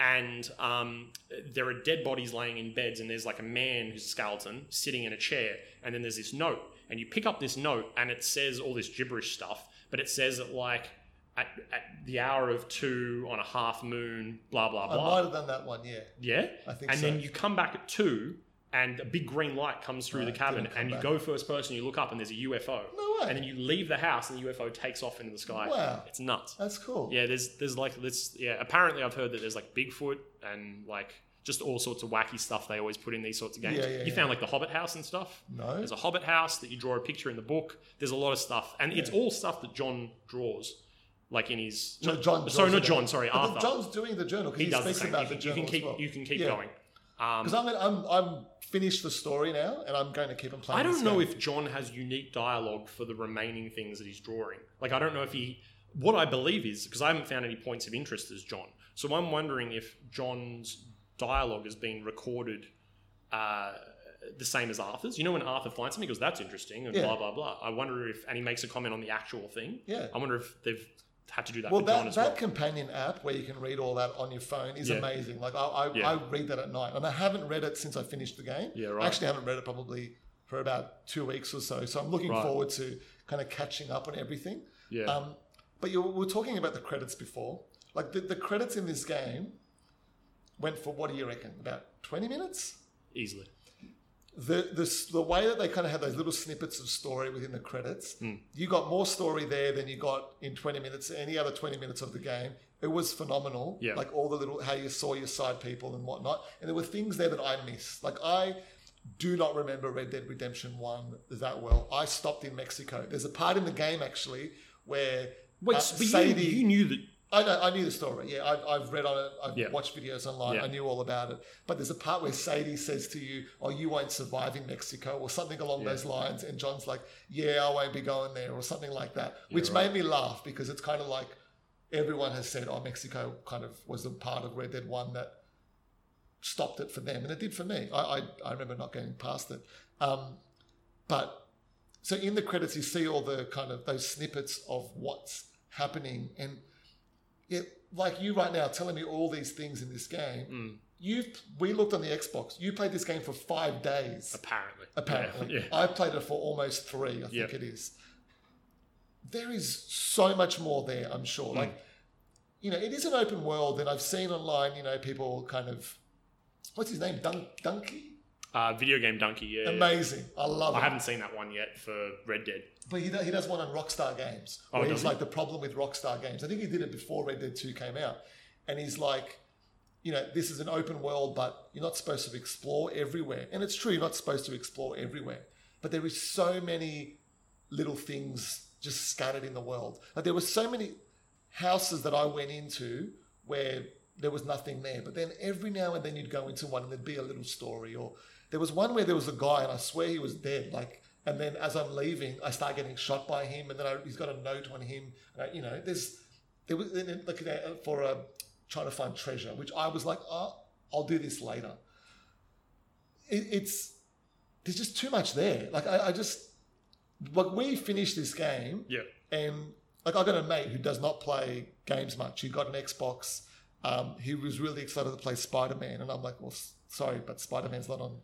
S2: and um, there are dead bodies laying in beds, and there's like a man who's a skeleton sitting in a chair, and then there's this note, and you pick up this note, and it says all this gibberish stuff, but it says that like at, at the hour of two on a half moon, blah blah
S3: I
S2: blah.
S3: might have done that one. Yeah,
S2: yeah,
S3: I think
S2: Oh, and
S3: so.
S2: then you come back at two, and a big green light comes through
S3: Right,
S2: the cabin,
S3: didn't come
S2: and you
S3: back.
S2: go first person, you look up, and there's a UFO,
S3: no way.
S2: and then you leave the house, and the UFO takes off into the sky.
S3: wow,
S2: It's nuts.
S3: that's cool.
S2: Yeah, there's there's like this. Yeah, apparently I've heard that there's like Bigfoot and like just all sorts of wacky stuff they always put in these sorts of games.
S3: Yeah, yeah,
S2: you
S3: yeah.
S2: found like the Hobbit house and stuff.
S3: No.
S2: There's a Hobbit house that you draw a picture in the book. There's a lot of stuff, and it's
S3: Yeah.
S2: all stuff that John draws, like in his.
S3: Jo- John.
S2: sorry,
S3: draws
S2: not
S3: it
S2: John.
S3: out.
S2: Sorry,
S3: But
S2: Arthur.
S3: then John's doing the journal because
S2: he
S3: he,
S2: does the
S3: speaks
S2: same.
S3: about
S2: You,
S3: the
S2: can- you
S3: journal.
S2: can keep
S3: as well.
S2: you can keep
S3: Yeah.
S2: going. Um,
S3: Because I'm, gonna- I'm I'm finished the story now, and I'm going to keep on playing.
S2: I
S3: this
S2: don't know
S3: game.
S2: if John has unique dialogue for the remaining things that he's drawing. Like, I don't know if he. What I believe is, because I haven't found any points of interest as John. So I'm wondering if John's dialogue has been recorded uh, the same as Arthur's. You know, when Arthur finds something, he goes, that's interesting, and
S3: Yeah.
S2: blah, blah, blah. I wonder if. And he makes a comment on the actual thing.
S3: yeah.
S2: I wonder if they've had to do that
S3: Well,
S2: for John
S3: that,
S2: as
S3: that
S2: well.
S3: companion app where you can read all that on your phone is
S2: Yeah.
S3: amazing. Like I, I,
S2: Yeah.
S3: I read that at night, and I haven't read it since I finished the game.
S2: Yeah, right.
S3: I actually haven't read it probably for about two weeks or so. So I'm looking
S2: Right.
S3: forward to kind of catching up on everything.
S2: yeah.
S3: Um, but you we were talking about the credits before. Like the, the credits in this game went for what do you reckon? About 20 minutes.
S2: easily.
S3: uh, the, the s- the way that they kind of had those little snippets of story within the credits,
S2: Mm.
S3: you got more story there than you got in 20 minutes, any other 20 minutes of the game. It was phenomenal.
S2: Yeah.
S3: Like all the little, how you saw your side people and whatnot. And there were things there that I missed. Like I do not remember Red Dead Redemption 1 that well. I stopped in Mexico. There's a part in the game actually where
S2: Wait,
S3: uh,
S2: so- but you-
S3: Sadie-
S2: you knew that
S3: I know, I knew the story. Yeah, I, I've read on it. I've
S2: Yeah.
S3: watched videos online.
S2: Yeah.
S3: I knew all about it. But there's a part where Sadie says to you, "Oh, you won't survive in Mexico," or something along
S2: Yeah.
S3: those lines, and John's like, "Yeah, I won't be going there," or something like that,
S2: Yeah,
S3: which
S2: right.
S3: made me laugh because it's kind of like everyone has said, "Oh, Mexico kind of was the part of Red Dead One that stopped it for them, and it did for me. I I, I remember not getting past it, um, but so in the credits, you see all the kind of those snippets of what's happening, and it like you right now telling me all these things in this game.
S2: Mm.
S3: You've we looked on the Xbox. You played this game for five days.
S2: apparently.
S3: Apparently,
S2: Yeah.
S3: I played it for almost three. I think
S2: Yeah.
S3: it is. There is so much more there. I'm sure.
S2: Mm.
S3: Like, you know, it is an open world, and I've seen online. You know, people kind of what's his name, Dun- Dunkey.
S2: yeah. Uh, video game donkey. Yeah. yeah.
S3: Amazing. I love
S2: I
S3: it.
S2: haven't seen that one yet for Red Dead.
S3: But he, does- he does one on Rockstar Games.
S2: Oh,
S3: Where
S2: does
S3: he's
S2: he?
S3: like the problem with Rockstar Games. I think he did it before Red Dead 2 came out. And he's like, you know, this is an open world, but you're not supposed to explore everywhere. And it's true, you're not supposed to explore everywhere. But there is so many little things just scattered in the world. Like there were so many houses that I went into where there was nothing there. But then every now and then you'd go into one and there'd be a little story. Or there was one where there was a guy and I swear he was dead. Like, and then as I'm leaving, I start getting shot by him, and then I, he's got a note on him. And I, you know, there's there was and then, like you uh, know, for a trying to find treasure, which I was like, oh, I'll do this later. it, it's there's just too much there. Like I, I just like we finished this game,
S2: Yeah.
S3: and like I got a mate who does not play games much. He got an Xbox. Um, he was really excited to play Spider Man, and I'm like, well, s- sorry, but Spider Man's not on.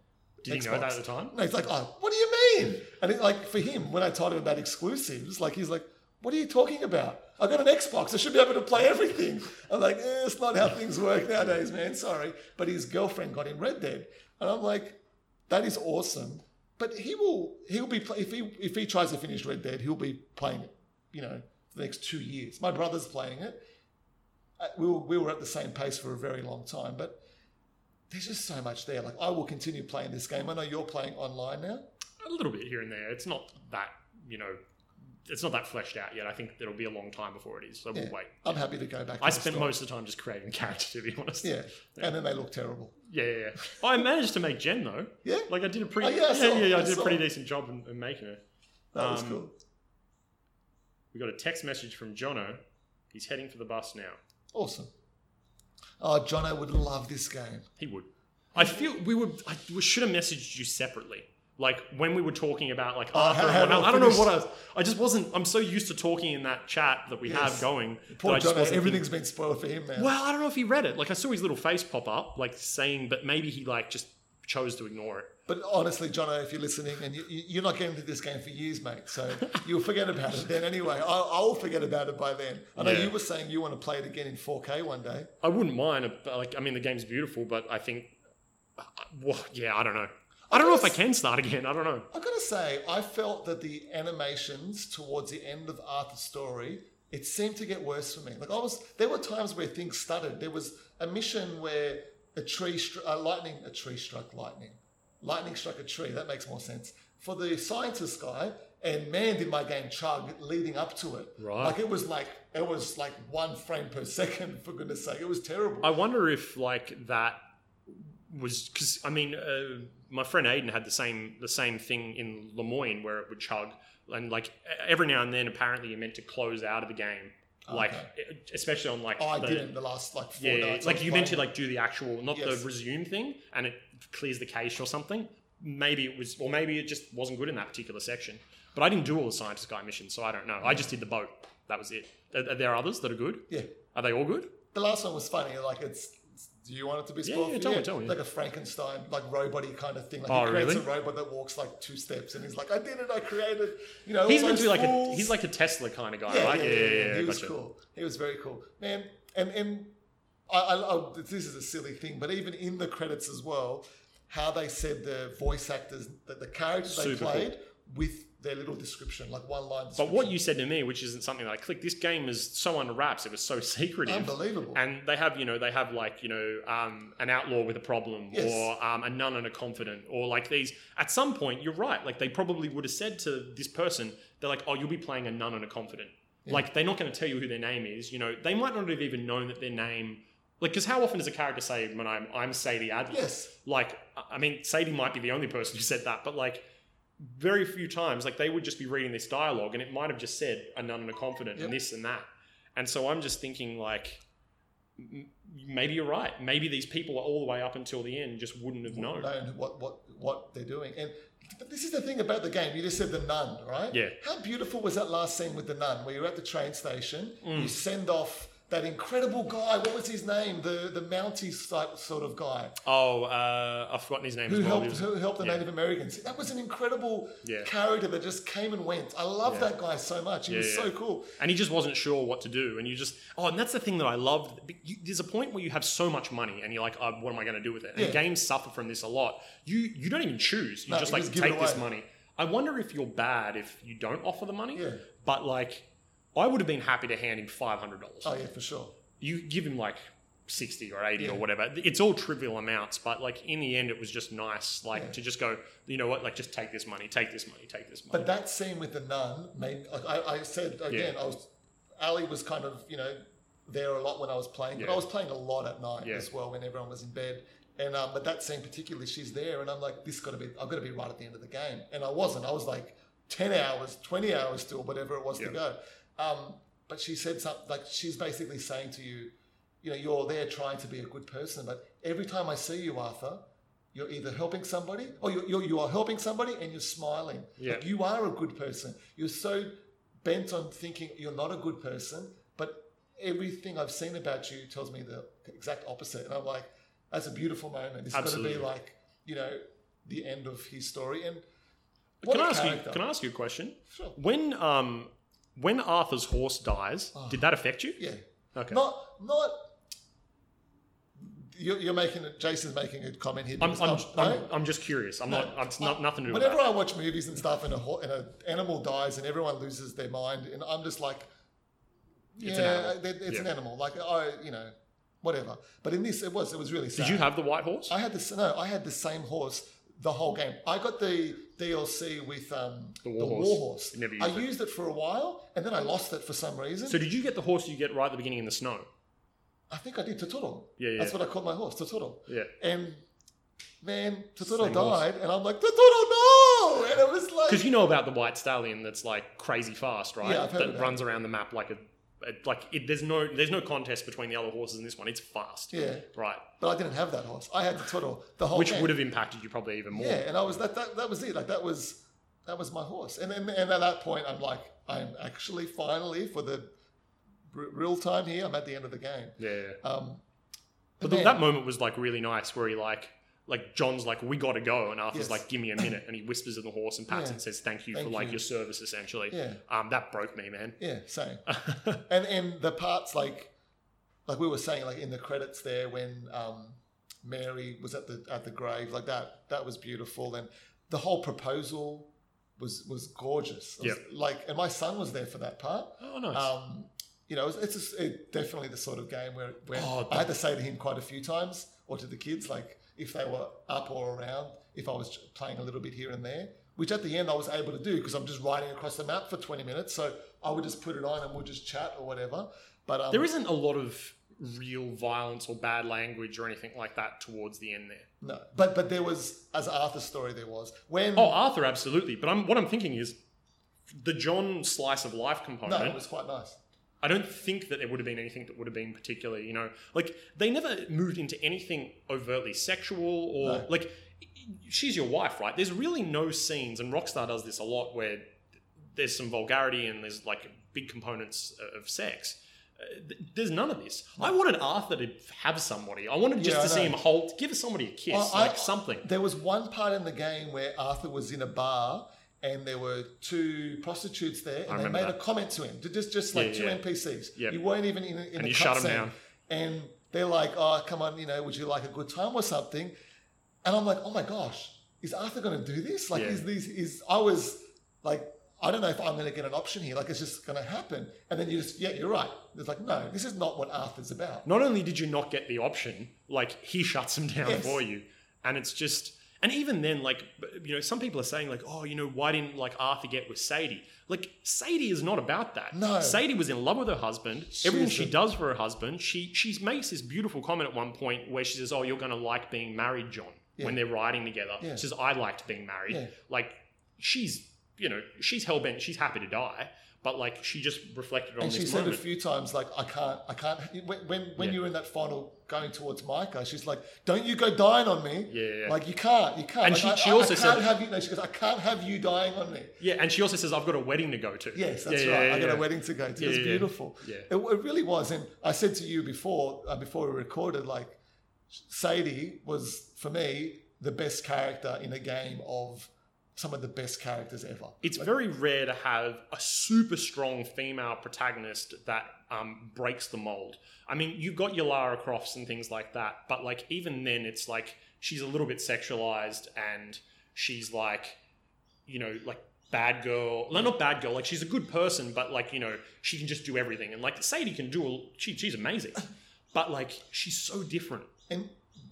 S2: Did you know that
S3: Xbox.
S2: at the time?
S3: No, he's like, oh, what do you mean? And it, like for him, when I told him about exclusives, like he's like, what are you talking about? I got an Xbox. I should be able to play everything. I'm like, eh, it's not how things work nowadays, man. Sorry. But his girlfriend got him Red Dead, and I'm like, that is awesome. But he will he'll be play, if he if he tries to finish Red Dead, he'll be playing it. You know, for the next two years. My brother's playing it. Uh, We were, we were at the same pace for a very long time, but there's just so much there. Like I will continue playing this game. I know you're playing online now.
S2: A little bit here and there. It's not that, you know, it's not that fleshed out yet. I think it'll be a long time before it is, so
S3: Yeah.
S2: we'll wait.
S3: I'm happy to go back. To
S2: I
S3: the
S2: spent
S3: store.
S2: most of the time just creating character, to be honest.
S3: Yeah, and then they look terrible.
S2: Yeah, yeah, yeah. I managed to make Jen though.
S3: Yeah?
S2: Like I did a pretty,
S3: Oh, yeah, I
S2: yeah,
S3: saw,
S2: yeah, yeah, I,
S3: I
S2: did
S3: saw.
S2: a pretty decent job in, in making her.
S3: That was
S2: Um,
S3: cool.
S2: We got a text message from Jono. He's heading for the bus now.
S3: Awesome. Oh, Jono would love this game.
S2: He would. I feel we would. I we should have messaged you separately. Like when we were talking about like
S3: Oh,
S2: Arthur.
S3: how-
S2: and
S3: how
S2: I, I don't know
S3: finished-
S2: what I. was- I just wasn't. I'm so used to talking in that chat that we
S3: Yes.
S2: have going.
S3: Poor
S2: that I just
S3: Jono.
S2: wasn't-
S3: Everything's been spoiled for him now.
S2: Well, I don't know if he read it. Like I saw his little face pop up, like saying, but maybe he like just chose to ignore it.
S3: But honestly, Jono, if you're listening, and you, you- you're not getting into this game for years, mate, so you'll forget about it then anyway. I'll, I'll forget about it by then. I know
S2: Yeah.
S3: you were saying you want to play it again in 4K one day.
S2: I wouldn't mind. uh, but, Like, I mean, the game's beautiful, but I think, uh, well, yeah, I don't know. I don't know if I can start again. I don't know.
S3: I gotta say, I felt that the animations towards the end of Arthur's story, it seemed to get worse for me. Like I was, there were times where things stuttered. There was a mission where a tree, str- uh, lightning, a tree struck lightning, lightning struck a tree. That makes more sense for the scientist guy. And man, did my game chug leading up to it.
S2: Right.
S3: Like it was like it was like one frame per second. For goodness sake, it was terrible.
S2: I wonder if like that was because I mean, uh, my friend Aiden had the same the same thing in Lemoyne where it would chug, and like e- every now and then, apparently, you're meant to close out of the game, like e- especially on like
S3: oh, I
S2: the,
S3: didn't the last like four
S2: Yeah,
S3: nights. I
S2: like
S3: was
S2: you meant to
S3: playing.
S2: like do the actual, not
S3: Yes.
S2: the resume thing, and it clears the cache or something. Maybe it was, or maybe it just wasn't good in that particular section. But I didn't do all the scientist guy missions, so I don't know. I just did the boat. That was it. Are, are there others that are good?
S3: yeah.
S2: Are they all good?
S3: The last one was funny. Like it's. it's- Do you want it to be
S2: Yeah,
S3: spoiled?
S2: yeah,
S3: for
S2: tell
S3: you?
S2: me, tell me.
S3: Like a Frankenstein, like robot-y kind of thing. Like
S2: Oh,
S3: he creates
S2: really?
S3: a robot that walks like two steps, and he's like, "I did it! I created." You know,
S2: He's
S3: all
S2: meant to
S3: those
S2: be like a
S3: fools.
S2: he's like a Tesla kind of guy,
S3: yeah,
S2: right?
S3: yeah, yeah, yeah. He was
S2: gotcha.
S3: cool. He was very cool, man. And and I, I, I, this is a silly thing, but even in the credits as well, how they said the voice actors, that the characters they
S2: Super cool.
S3: played with their little description, like one line.
S2: But what you said to me, which isn't something that I clicked, this game is so under wraps. It was so secretive.
S3: unbelievable.
S2: And they have, you know, they have like, you know, um, an outlaw with a problem
S3: Yes.
S2: or um, a nun and a confident or like these. At some point, you're right. Like they probably would have said to this person, they're like, oh, you'll be playing a nun and a confident.
S3: Yeah.
S2: Like they're not going to tell you who their name is. You know, they might not have even known that their name. Like, because how often does a character say, when I'm, I'm Sadie Adler?
S3: yes,
S2: Like, I- I mean, Sadie might be the only person who said that, but like, very few times, like they would just be reading this dialogue and it might have just said a nun and a confident
S3: Yep.
S2: and this and that. And so I'm just thinking, like, m- maybe you're right. Maybe these people all the way up until the end just wouldn't have known.
S3: known what what what they're doing. And but this is the thing about the game. You just said the nun, right?
S2: Yeah.
S3: How beautiful was that last scene with the nun, where you're at the train station,
S2: Mm.
S3: you send off that incredible guy. What was his name? The the Mountie type sort of guy
S2: Oh, uh, I've forgotten his name
S3: who
S2: as well. He was-
S3: helped who helped the
S2: yeah.
S3: Native Americans. That was an incredible
S2: Yeah.
S3: character that just came and went. I love
S2: Yeah.
S3: that guy so much. He
S2: Yeah,
S3: was
S2: yeah.
S3: so cool.
S2: and he just wasn't sure what to do. And you just, oh, and that's the thing that I loved. You, there's a point where you have so much money and you're like, oh, what am I going to do with it? And
S3: Yeah.
S2: games suffer from this a lot. You you don't even choose. You
S3: No,
S2: just
S3: you
S2: like
S3: just give it
S2: take this
S3: away.
S2: money. I wonder if you're bad if you don't offer the money.
S3: Yeah.
S2: But like, I would have been happy to hand him five hundred dollars.
S3: Oh yeah, for sure.
S2: You give him like sixty or eighty
S3: Yeah.
S2: or whatever. It's all trivial amounts, but like in the end, it was just nice, like
S3: Yeah.
S2: to just go, you know what, like just take this money, take this money, take this money.
S3: But that scene with the nun made like I, I said again, I was Ali was kind of, you know, there a lot when I was playing, but
S2: Yeah.
S3: I was playing a lot at night
S2: Yeah.
S3: as well when everyone was in bed. And um, but that scene particularly, she's there, and I'm like, this got to be, I've got to be right at the end of the game, and I wasn't. I was like ten hours, twenty hours still, whatever it was to
S2: Yeah.
S3: go. Um, but she said something like she's basically saying to you, you know, you're there trying to be a good person, but every time I see you, Arthur, You're either helping somebody, or you're, you're, you are helping somebody, and you're smiling.
S2: Yeah.
S3: Like you are a good person. You're so bent on thinking you're not a good person, but everything I've seen about you tells me the exact opposite. And I'm like, that's a beautiful moment. It's going to be
S2: Absolutely.
S3: like you know the end of his story. And what
S2: Can
S3: a
S2: I ask
S3: character.
S2: you? Can I ask you a question?
S3: Sure.
S2: When um when Arthur's horse dies,
S3: Oh.
S2: did that affect you?
S3: Yeah.
S2: Okay.
S3: Not not. You're, you're making a, Jason's making a comment here.
S2: I'm,
S3: because
S2: I'm,
S3: I'm-
S2: I'm,
S3: I-
S2: I'm just curious. I'm
S3: No. Ah,
S2: not. It's not nothing to do with
S3: Whenever
S2: that.
S3: I watch movies and stuff, and a ho- and an animal dies, and everyone loses their mind, and I'm just like, yeah,
S2: It's an animal.
S3: it's, an animal. it's an
S2: Yeah.
S3: animal. Like I, you know, whatever. But in this, it was it was really sad.
S2: Did you have the white horse?
S3: I had this. No, I had the same horse the whole game. I got the DLC with um,
S2: The
S3: the
S2: war
S3: War
S2: horse.
S3: Horse.
S2: You never
S3: I
S2: used it.
S3: used it for a while, and then I lost it for some reason.
S2: So did you get the horse you get right at the beginning in the snow?
S3: I think I did Totoro.
S2: Yeah, yeah,
S3: That's what I called my horse, Totoro.
S2: yeah.
S3: And man, Totoro
S2: Same horse.
S3: died, and I'm like, Totoro, no! And it was like,
S2: Because you know about the white stallion that's like crazy fast, right?
S3: Yeah, I've heard
S2: that
S3: of that.
S2: runs around the map like a, a like it, there's no there's no contest between the other horses in this one. It's fast,
S3: yeah.
S2: right?
S3: But I didn't have that horse. I had Totoro the whole
S2: Which
S3: game.
S2: would have impacted you probably even more.
S3: yeah, and I was that, that that was it. Like that was that was my horse. And then and at that point, I'm like, I'm actually finally for the r- real time here. I'm at the end of the game.
S2: yeah. yeah.
S3: Um,
S2: But
S3: and then-
S2: that moment was like really nice, where he like like John's like we got to go, and Arthur's
S3: Yes.
S2: like give me a minute, and he whispers in the horse and pats
S3: Yeah.
S2: and says thank you
S3: Thank
S2: for like
S3: you.
S2: your service essentially.
S3: yeah,
S2: Um, that broke me, man.
S3: yeah, same. and and the parts like like we were saying like in the credits there when um mary was at the at the grave like that that was beautiful and the whole proposal was was gorgeous It was like and my son was there for that part
S2: oh nice.
S3: um you know it's, it's just, it, definitely the sort of game where where
S2: Oh,
S3: i had to say to him quite a few times or to the kids like if they were up or around if i was playing a little bit here and there which at the end i was able to do because i'm just riding across the map for 20 minutes so i would just put it on and we'll just chat or whatever but um,
S2: there isn't a lot of real violence or bad language or anything like that towards the end there.
S3: no but but there was as arthur's story there was when
S2: Oh, Arthur, absolutely. But I'm what I'm thinking is the John slice of life
S3: no
S2: component.
S3: it was quite nice
S2: I don't think that there would have been anything that would have been particularly, you know, like they never moved into anything overtly sexual or
S3: No.
S2: like she's your wife, right? There's really no scenes, and Rockstar does this a lot where there's some vulgarity and there's like big components of sex. Uh, th- There's none of this. I wanted Arthur to have somebody. I wanted just
S3: Yeah, I
S2: to see
S3: know.
S2: him halt, give somebody a kiss,
S3: Well, I-
S2: like something.
S3: There was one part in the game where Arthur was in a bar and there were two prostitutes there,
S2: I
S3: and they
S2: remember
S3: made
S2: that.
S3: a comment to him, just just like
S2: Yeah,
S3: two
S2: yeah.
S3: NPCs.
S2: Yep.
S3: You weren't even in, a- in
S2: And
S3: a
S2: you
S3: cut
S2: shut 'em
S3: scene.
S2: down.
S3: And they're like, "Oh, come on, you know, would you like a good time or something?" And I'm like, "Oh my gosh, is Arthur going to do this? Like,
S2: Yeah.
S3: is these is I was like." I don't know if I'm going to get an option here. Like, it's just going to happen. And then you just, yeah, you're right. It's like, no, this is not what Arthur's about.
S2: not only did you not get the option, like he shuts him down
S3: Yes.
S2: for you, and it's just. And even then, like b- you know, some people are saying like, "Oh, you know, why didn't like Arthur get with Sadie?" Like Sadie is not about that.
S3: No.
S2: Sadie was in love with her husband. Everything she
S3: isn't.
S2: does for her husband, she she makes this beautiful comment at one point where she says, "Oh, you're going to like being married, John." When
S3: Yeah.
S2: they're riding together,
S3: Yeah.
S2: she says, "I liked being married."
S3: Yeah.
S2: Like she's you know she's hell bent. She's happy to die, but like she just reflected on
S3: and
S2: this
S3: she said
S2: moment.
S3: a few times like i can't i can't when when, when
S2: Yeah.
S3: you were in that final going towards micah she's like don't you go dying on me
S2: Yeah, yeah, yeah.
S3: like you can't you can't
S2: And
S3: Like,
S2: she-
S3: I-
S2: she
S3: I-
S2: also
S3: I can't
S2: said-
S3: have you no she goes i can't have you dying on me
S2: yeah, and she also says, "I've got a wedding to go to."
S3: yes that's
S2: Yeah, yeah,
S3: right
S2: yeah,
S3: i got
S2: yeah.
S3: a wedding to go to
S2: Yeah,
S3: it's
S2: yeah, yeah.
S3: beautiful
S2: Yeah.
S3: It, it really was and i said to you before uh, before we recorded like sadie was for me the best character in a game of some of the best characters ever
S2: It's very rare to have a super strong female protagonist that um, breaks the mold. I mean, you've got your Lara Crofts and things like that, but like even then, it's like she's a little bit sexualized and she's like, you know, like bad girl. No, not bad girl. Like she's a good person, but like you know, she can just do everything. And like Sadie can do. A, she, she's amazing, but like she's so different.
S3: and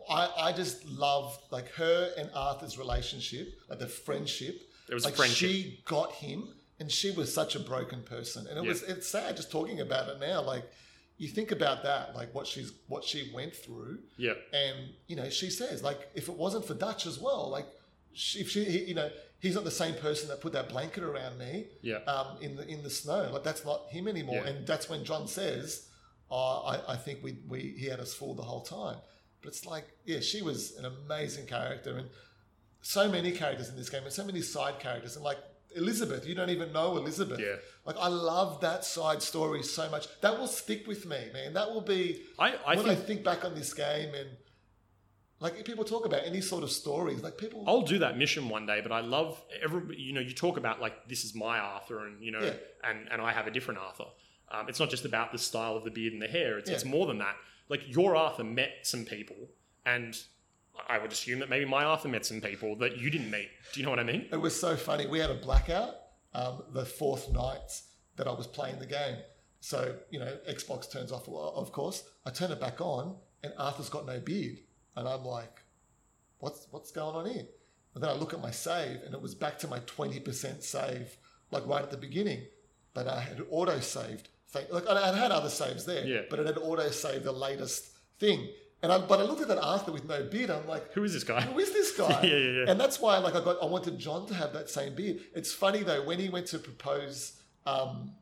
S3: I, I just love like her and Arthur's relationship, like the friendship.
S2: There was
S3: like
S2: friendship.
S3: she got him, and she was such a broken person, and it
S2: Yeah.
S3: was it's sad just talking about it now. Like you think about that, like what she's what she went through,
S2: yeah,
S3: and you know she says like if it wasn't for Dutch as well, like she, if she he, you know he's not the same person that put that blanket around me
S2: yeah.
S3: um, in the in the snow, like that's not him anymore,
S2: Yeah.
S3: and that's when John says, oh, I, I think we, we he had us fooled the whole time. But it's like, yeah, she was an amazing character, and so many characters in this game, and so many side characters, and like Elizabeth, you don't even know Elizabeth.
S2: Yeah.
S3: Like I love that side story so much. That will stick with me, man. That will be
S2: I, I
S3: when
S2: think
S3: I think back on this game and like if people talk about any sort of stories, like people
S2: I'll do that mission one day, but I love every you know you talk about like this is my Arthur and you know
S3: Yeah.
S2: and and I have a different Arthur. Um, it's not just about the style of the beard and the hair. It's, it's
S3: Yeah.
S2: more than that. Like your Arthur met some people, and I would assume that maybe my Arthur met some people that you didn't meet. Do you know what I mean?
S3: It was so funny. We had a blackout um, the fourth night that I was playing the game. So, you know, Xbox turns off, well, of course. I turn it back on, and Arthur's got no beard. And I'm like, what's, what's going on here? And then I look at my save, and it was back to my 20% save, like right at the beginning. But I had auto saved. Thank, like, I had other saves there,
S2: Yeah.
S3: but it had auto saved the latest thing. And I, but I looked at that Arthur with no beard. I'm like,
S2: Who is this guy?
S3: who is this guy?
S2: Yeah, yeah, yeah.
S3: And that's why, like, I got I wanted John to have that same beard. It's funny though when he went to propose um,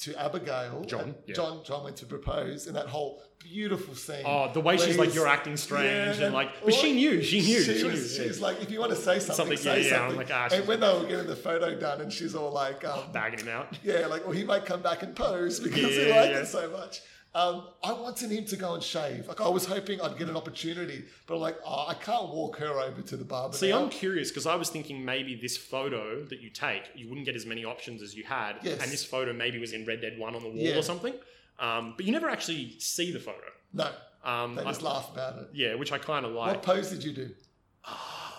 S3: to Abigail,
S2: John, yeah.
S3: John, John went to propose in that whole beautiful scene.
S2: Oh, the way she's like
S3: Please.
S2: you're acting strange
S3: Yeah,
S2: and like, but she knew, she knew, she,
S3: She
S2: knew.
S3: was,
S2: yeah.
S3: she's like, if you want to say something,
S2: Something,
S3: say
S2: yeah, yeah, I'm
S3: something.
S2: like, ah, she's-
S3: and when they were getting the photo done, and she's all like, um,
S2: bagging him out.
S3: yeah, like, well, he might come back and pose because he
S2: Yeah,
S3: liked
S2: yeah.
S3: it so much. Um, I wanted him to go and shave. Like, I was hoping I'd get an opportunity, but like, oh, I can't walk her over to the barber.
S2: See,
S3: now.
S2: I'm curious because I was thinking maybe this photo that you take, you wouldn't get as many options as you had,
S3: Yes.
S2: and this photo maybe was in Red Dead One on the wall
S3: Yeah.
S2: or something. Um, but you never actually see the photo.
S3: no,
S2: Um,
S3: they
S2: I-
S3: just laugh about it.
S2: yeah, which I kind of like.
S3: What pose did you do?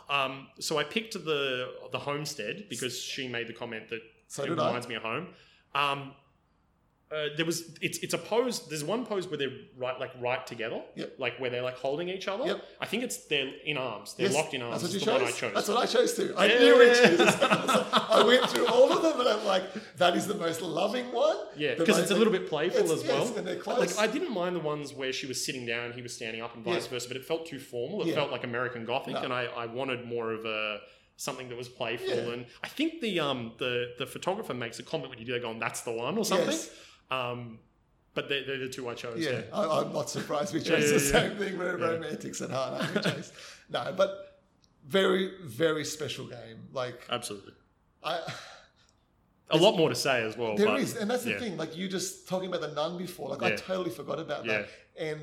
S2: Um, so I picked the the homestead because she made the comment that
S3: So
S2: it
S3: did I.
S2: reminds me of home. Um, uh, there was it's it's a pose. There's one pose where they're right like right together,
S3: Yep.
S2: like where they're like holding each other.
S3: Yep.
S2: I think it's they're in arms. They're
S3: Yes,
S2: locked in arms.
S3: That's what you
S2: is
S3: chose.
S2: the one I chose.
S3: That's what I chose too. I
S2: Yeah.
S3: knew which is. I went through all of them, and I'm like, that is the most loving one.
S2: Yeah,
S3: The
S2: because
S3: most-
S2: it's a little bit playful
S3: It's-
S2: as well.
S3: yes, and they're
S2: Like
S3: close.
S2: I didn't mind the ones where she was sitting down and he was standing up and vice
S3: Yeah.
S2: versa, but it felt too formal. It
S3: Yeah.
S2: felt like American Gothic,
S3: No.
S2: and I, I wanted more of a something that was playful.
S3: Yeah.
S2: And I think the um the the photographer makes a comment when you do that, going, "That's the one" or something.
S3: Yes.
S2: Um, but they're, they're the two I chose.
S3: Yeah, I, I'm not surprised we
S2: Yeah,
S3: chose the
S2: yeah, yeah.
S3: same thing. We're
S2: Yeah.
S3: romantics at heart. aren't we, Chase? no, but very, very special game. Like
S2: absolutely.
S3: I.
S2: A lot more to say as well.
S3: There
S2: but
S3: is, and that's the
S2: yeah.
S3: thing. Like you just talking about the nun before, like I
S2: Yeah.
S3: totally forgot about that, and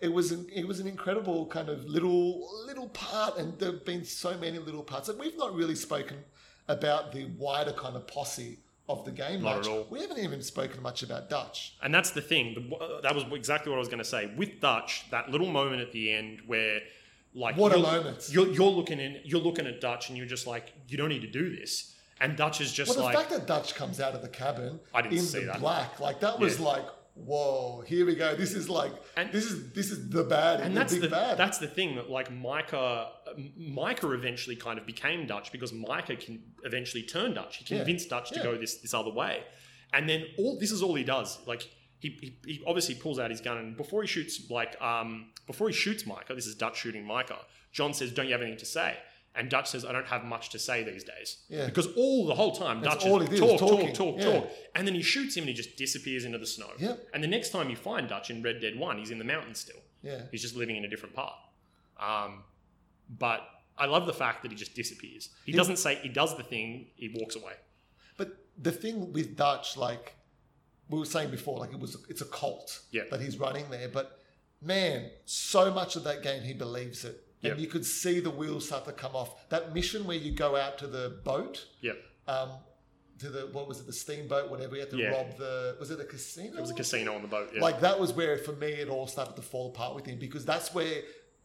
S3: it was an, it was an incredible kind of little little part, and there've been so many little parts. Like we've not really spoken about the wider kind of posse of the game
S2: Not
S3: much.
S2: at all.
S3: We haven't even spoken much about Dutch.
S2: And that's the thing. The, uh, that was exactly what I was going to say. With Dutch, that little moment at the end where, like,
S3: What a
S2: you're-
S3: moment.
S2: You're, you're looking in. You're looking at Dutch, and you're just like, you don't need to do this. And Dutch is just
S3: Well, the
S2: like,
S3: fact that Dutch comes out of the cabin
S2: I didn't
S3: in
S2: see
S3: the
S2: that.
S3: black, like that was like, whoa, here we go. This is like,
S2: And-
S3: this is this is the bad,
S2: and
S3: the
S2: that's
S3: big
S2: the
S3: bad.
S2: that's the thing that like Micah, M- Micah eventually kind of became Dutch because Micah can eventually turn Dutch. He
S3: Yeah.
S2: convinced Dutch to
S3: Yeah.
S2: go this this other way, and then all this is all he does. Like he, he, he obviously pulls out his gun and before he shoots like um before he shoots Micah, this is Dutch shooting Micah. John says, "Don't you have anything to say?" And Dutch says, "I don't have much to say these days."
S3: Yeah.
S2: Because all the whole time
S3: That's
S2: Dutch
S3: all he
S2: is
S3: did
S2: talk,
S3: was
S2: talk,
S3: talking.
S2: talk,
S3: Yeah.
S2: talk, and then he shoots him and he just disappears into the snow.
S3: Yep.
S2: And the next time you find Dutch in Red Dead One, he's in the mountains still.
S3: yeah.
S2: He's just living in a different part. Um, but I love the fact that he just disappears. He
S3: Yeah.
S2: doesn't say he does the thing. He walks away.
S3: But the thing with Dutch, like we were saying before, like it was it's a cult
S2: Yeah.
S3: that he's running there. But man, so much of that game he believes it. And
S2: Yeah.
S3: you could see the wheels start to come off. That mission where you go out to the boat,
S2: Yeah,
S3: um, to the what was it, the steamboat, whatever, you had to
S2: Yeah.
S3: rob the was it a casino?
S2: it was a casino on the boat. Yeah.
S3: Like that was where for me it all started to fall apart with him because that's where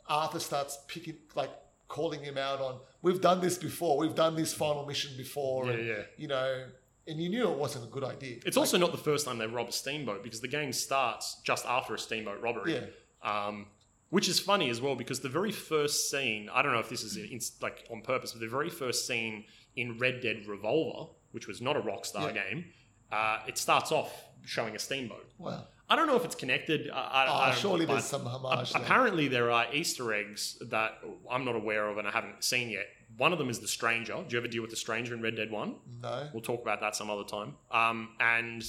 S3: Arthur starts picking like calling him out on we've done this before, we've done this final mission before
S2: yeah,
S3: and
S2: yeah.
S3: you know, and you knew it wasn't a good idea.
S2: It's also not the first time they rob a steamboat because the game starts just after a steamboat robbery.
S3: yeah,
S2: Um, which is funny as well because the very first scene, I don't know if this is in, like on purpose, but the very first scene in Red Dead Revolver, which was not a Rockstar game, uh, it starts off showing a steamboat.
S3: well,
S2: I don't know if it's connected. I, I, I
S3: ah,
S2: don't-
S3: surely
S2: but-
S3: there's some homage. there.
S2: Apparently, there are Easter eggs that I'm not aware of and I haven't seen yet. One of them is the Stranger. Do you ever deal with the Stranger in Red Dead One?
S3: no,
S2: We'll talk about that some other time. Um, and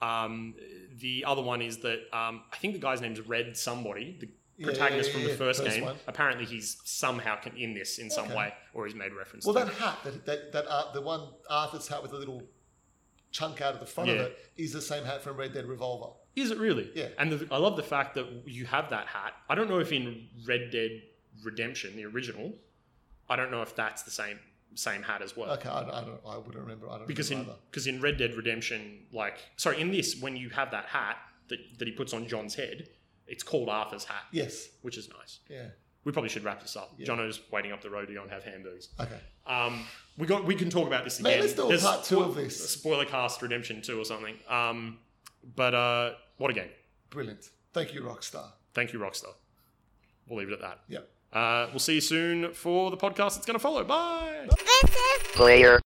S2: um, the other one is that um, I think the guy's name's Red Somebody, the
S3: Yeah,
S2: protagonist
S3: yeah,
S2: from
S3: yeah,
S2: the
S3: yeah.
S2: first,
S3: First
S2: game.
S3: one.
S2: Apparently, he's somehow con- in this in some
S3: Okay.
S2: way, or he's made reference.
S3: Well,
S2: to
S3: that hat, that, that, that uh, the one Arthur's hat with the little chunk out of the front
S2: Yeah.
S3: of it, is the same hat from Red Dead Revolver.
S2: it. is it really?
S3: Yeah.
S2: And the, I love the fact that you have that hat. I don't know if in Red Dead Redemption, the original, I don't know if that's the same same hat as well.
S3: Okay, I, I don't, I wouldn't remember. I don't
S2: because in
S3: remember either.
S2: because in Red Dead Redemption, like sorry, in this when you have that hat that, that he puts on John's head, it's called Arthur's hat,
S3: Yes.
S2: which is nice.
S3: Yeah.
S2: We probably should wrap this up.
S3: Yeah.
S2: Jono's waiting up the road to go and have hamburgers.
S3: Okay.
S2: Um, we got we can talk about this
S3: Man,
S2: again.
S3: let's do a
S2: There's
S3: part two
S2: spo-
S3: of this.
S2: spoiler cast Redemption two or something. Um, but uh, what a game!
S3: Brilliant. Thank you, Rockstar.
S2: Thank you, Rockstar. We'll leave it at that.
S3: Yep.
S2: Uh, we'll see you soon for the podcast that's going to follow. Bye.
S1: player.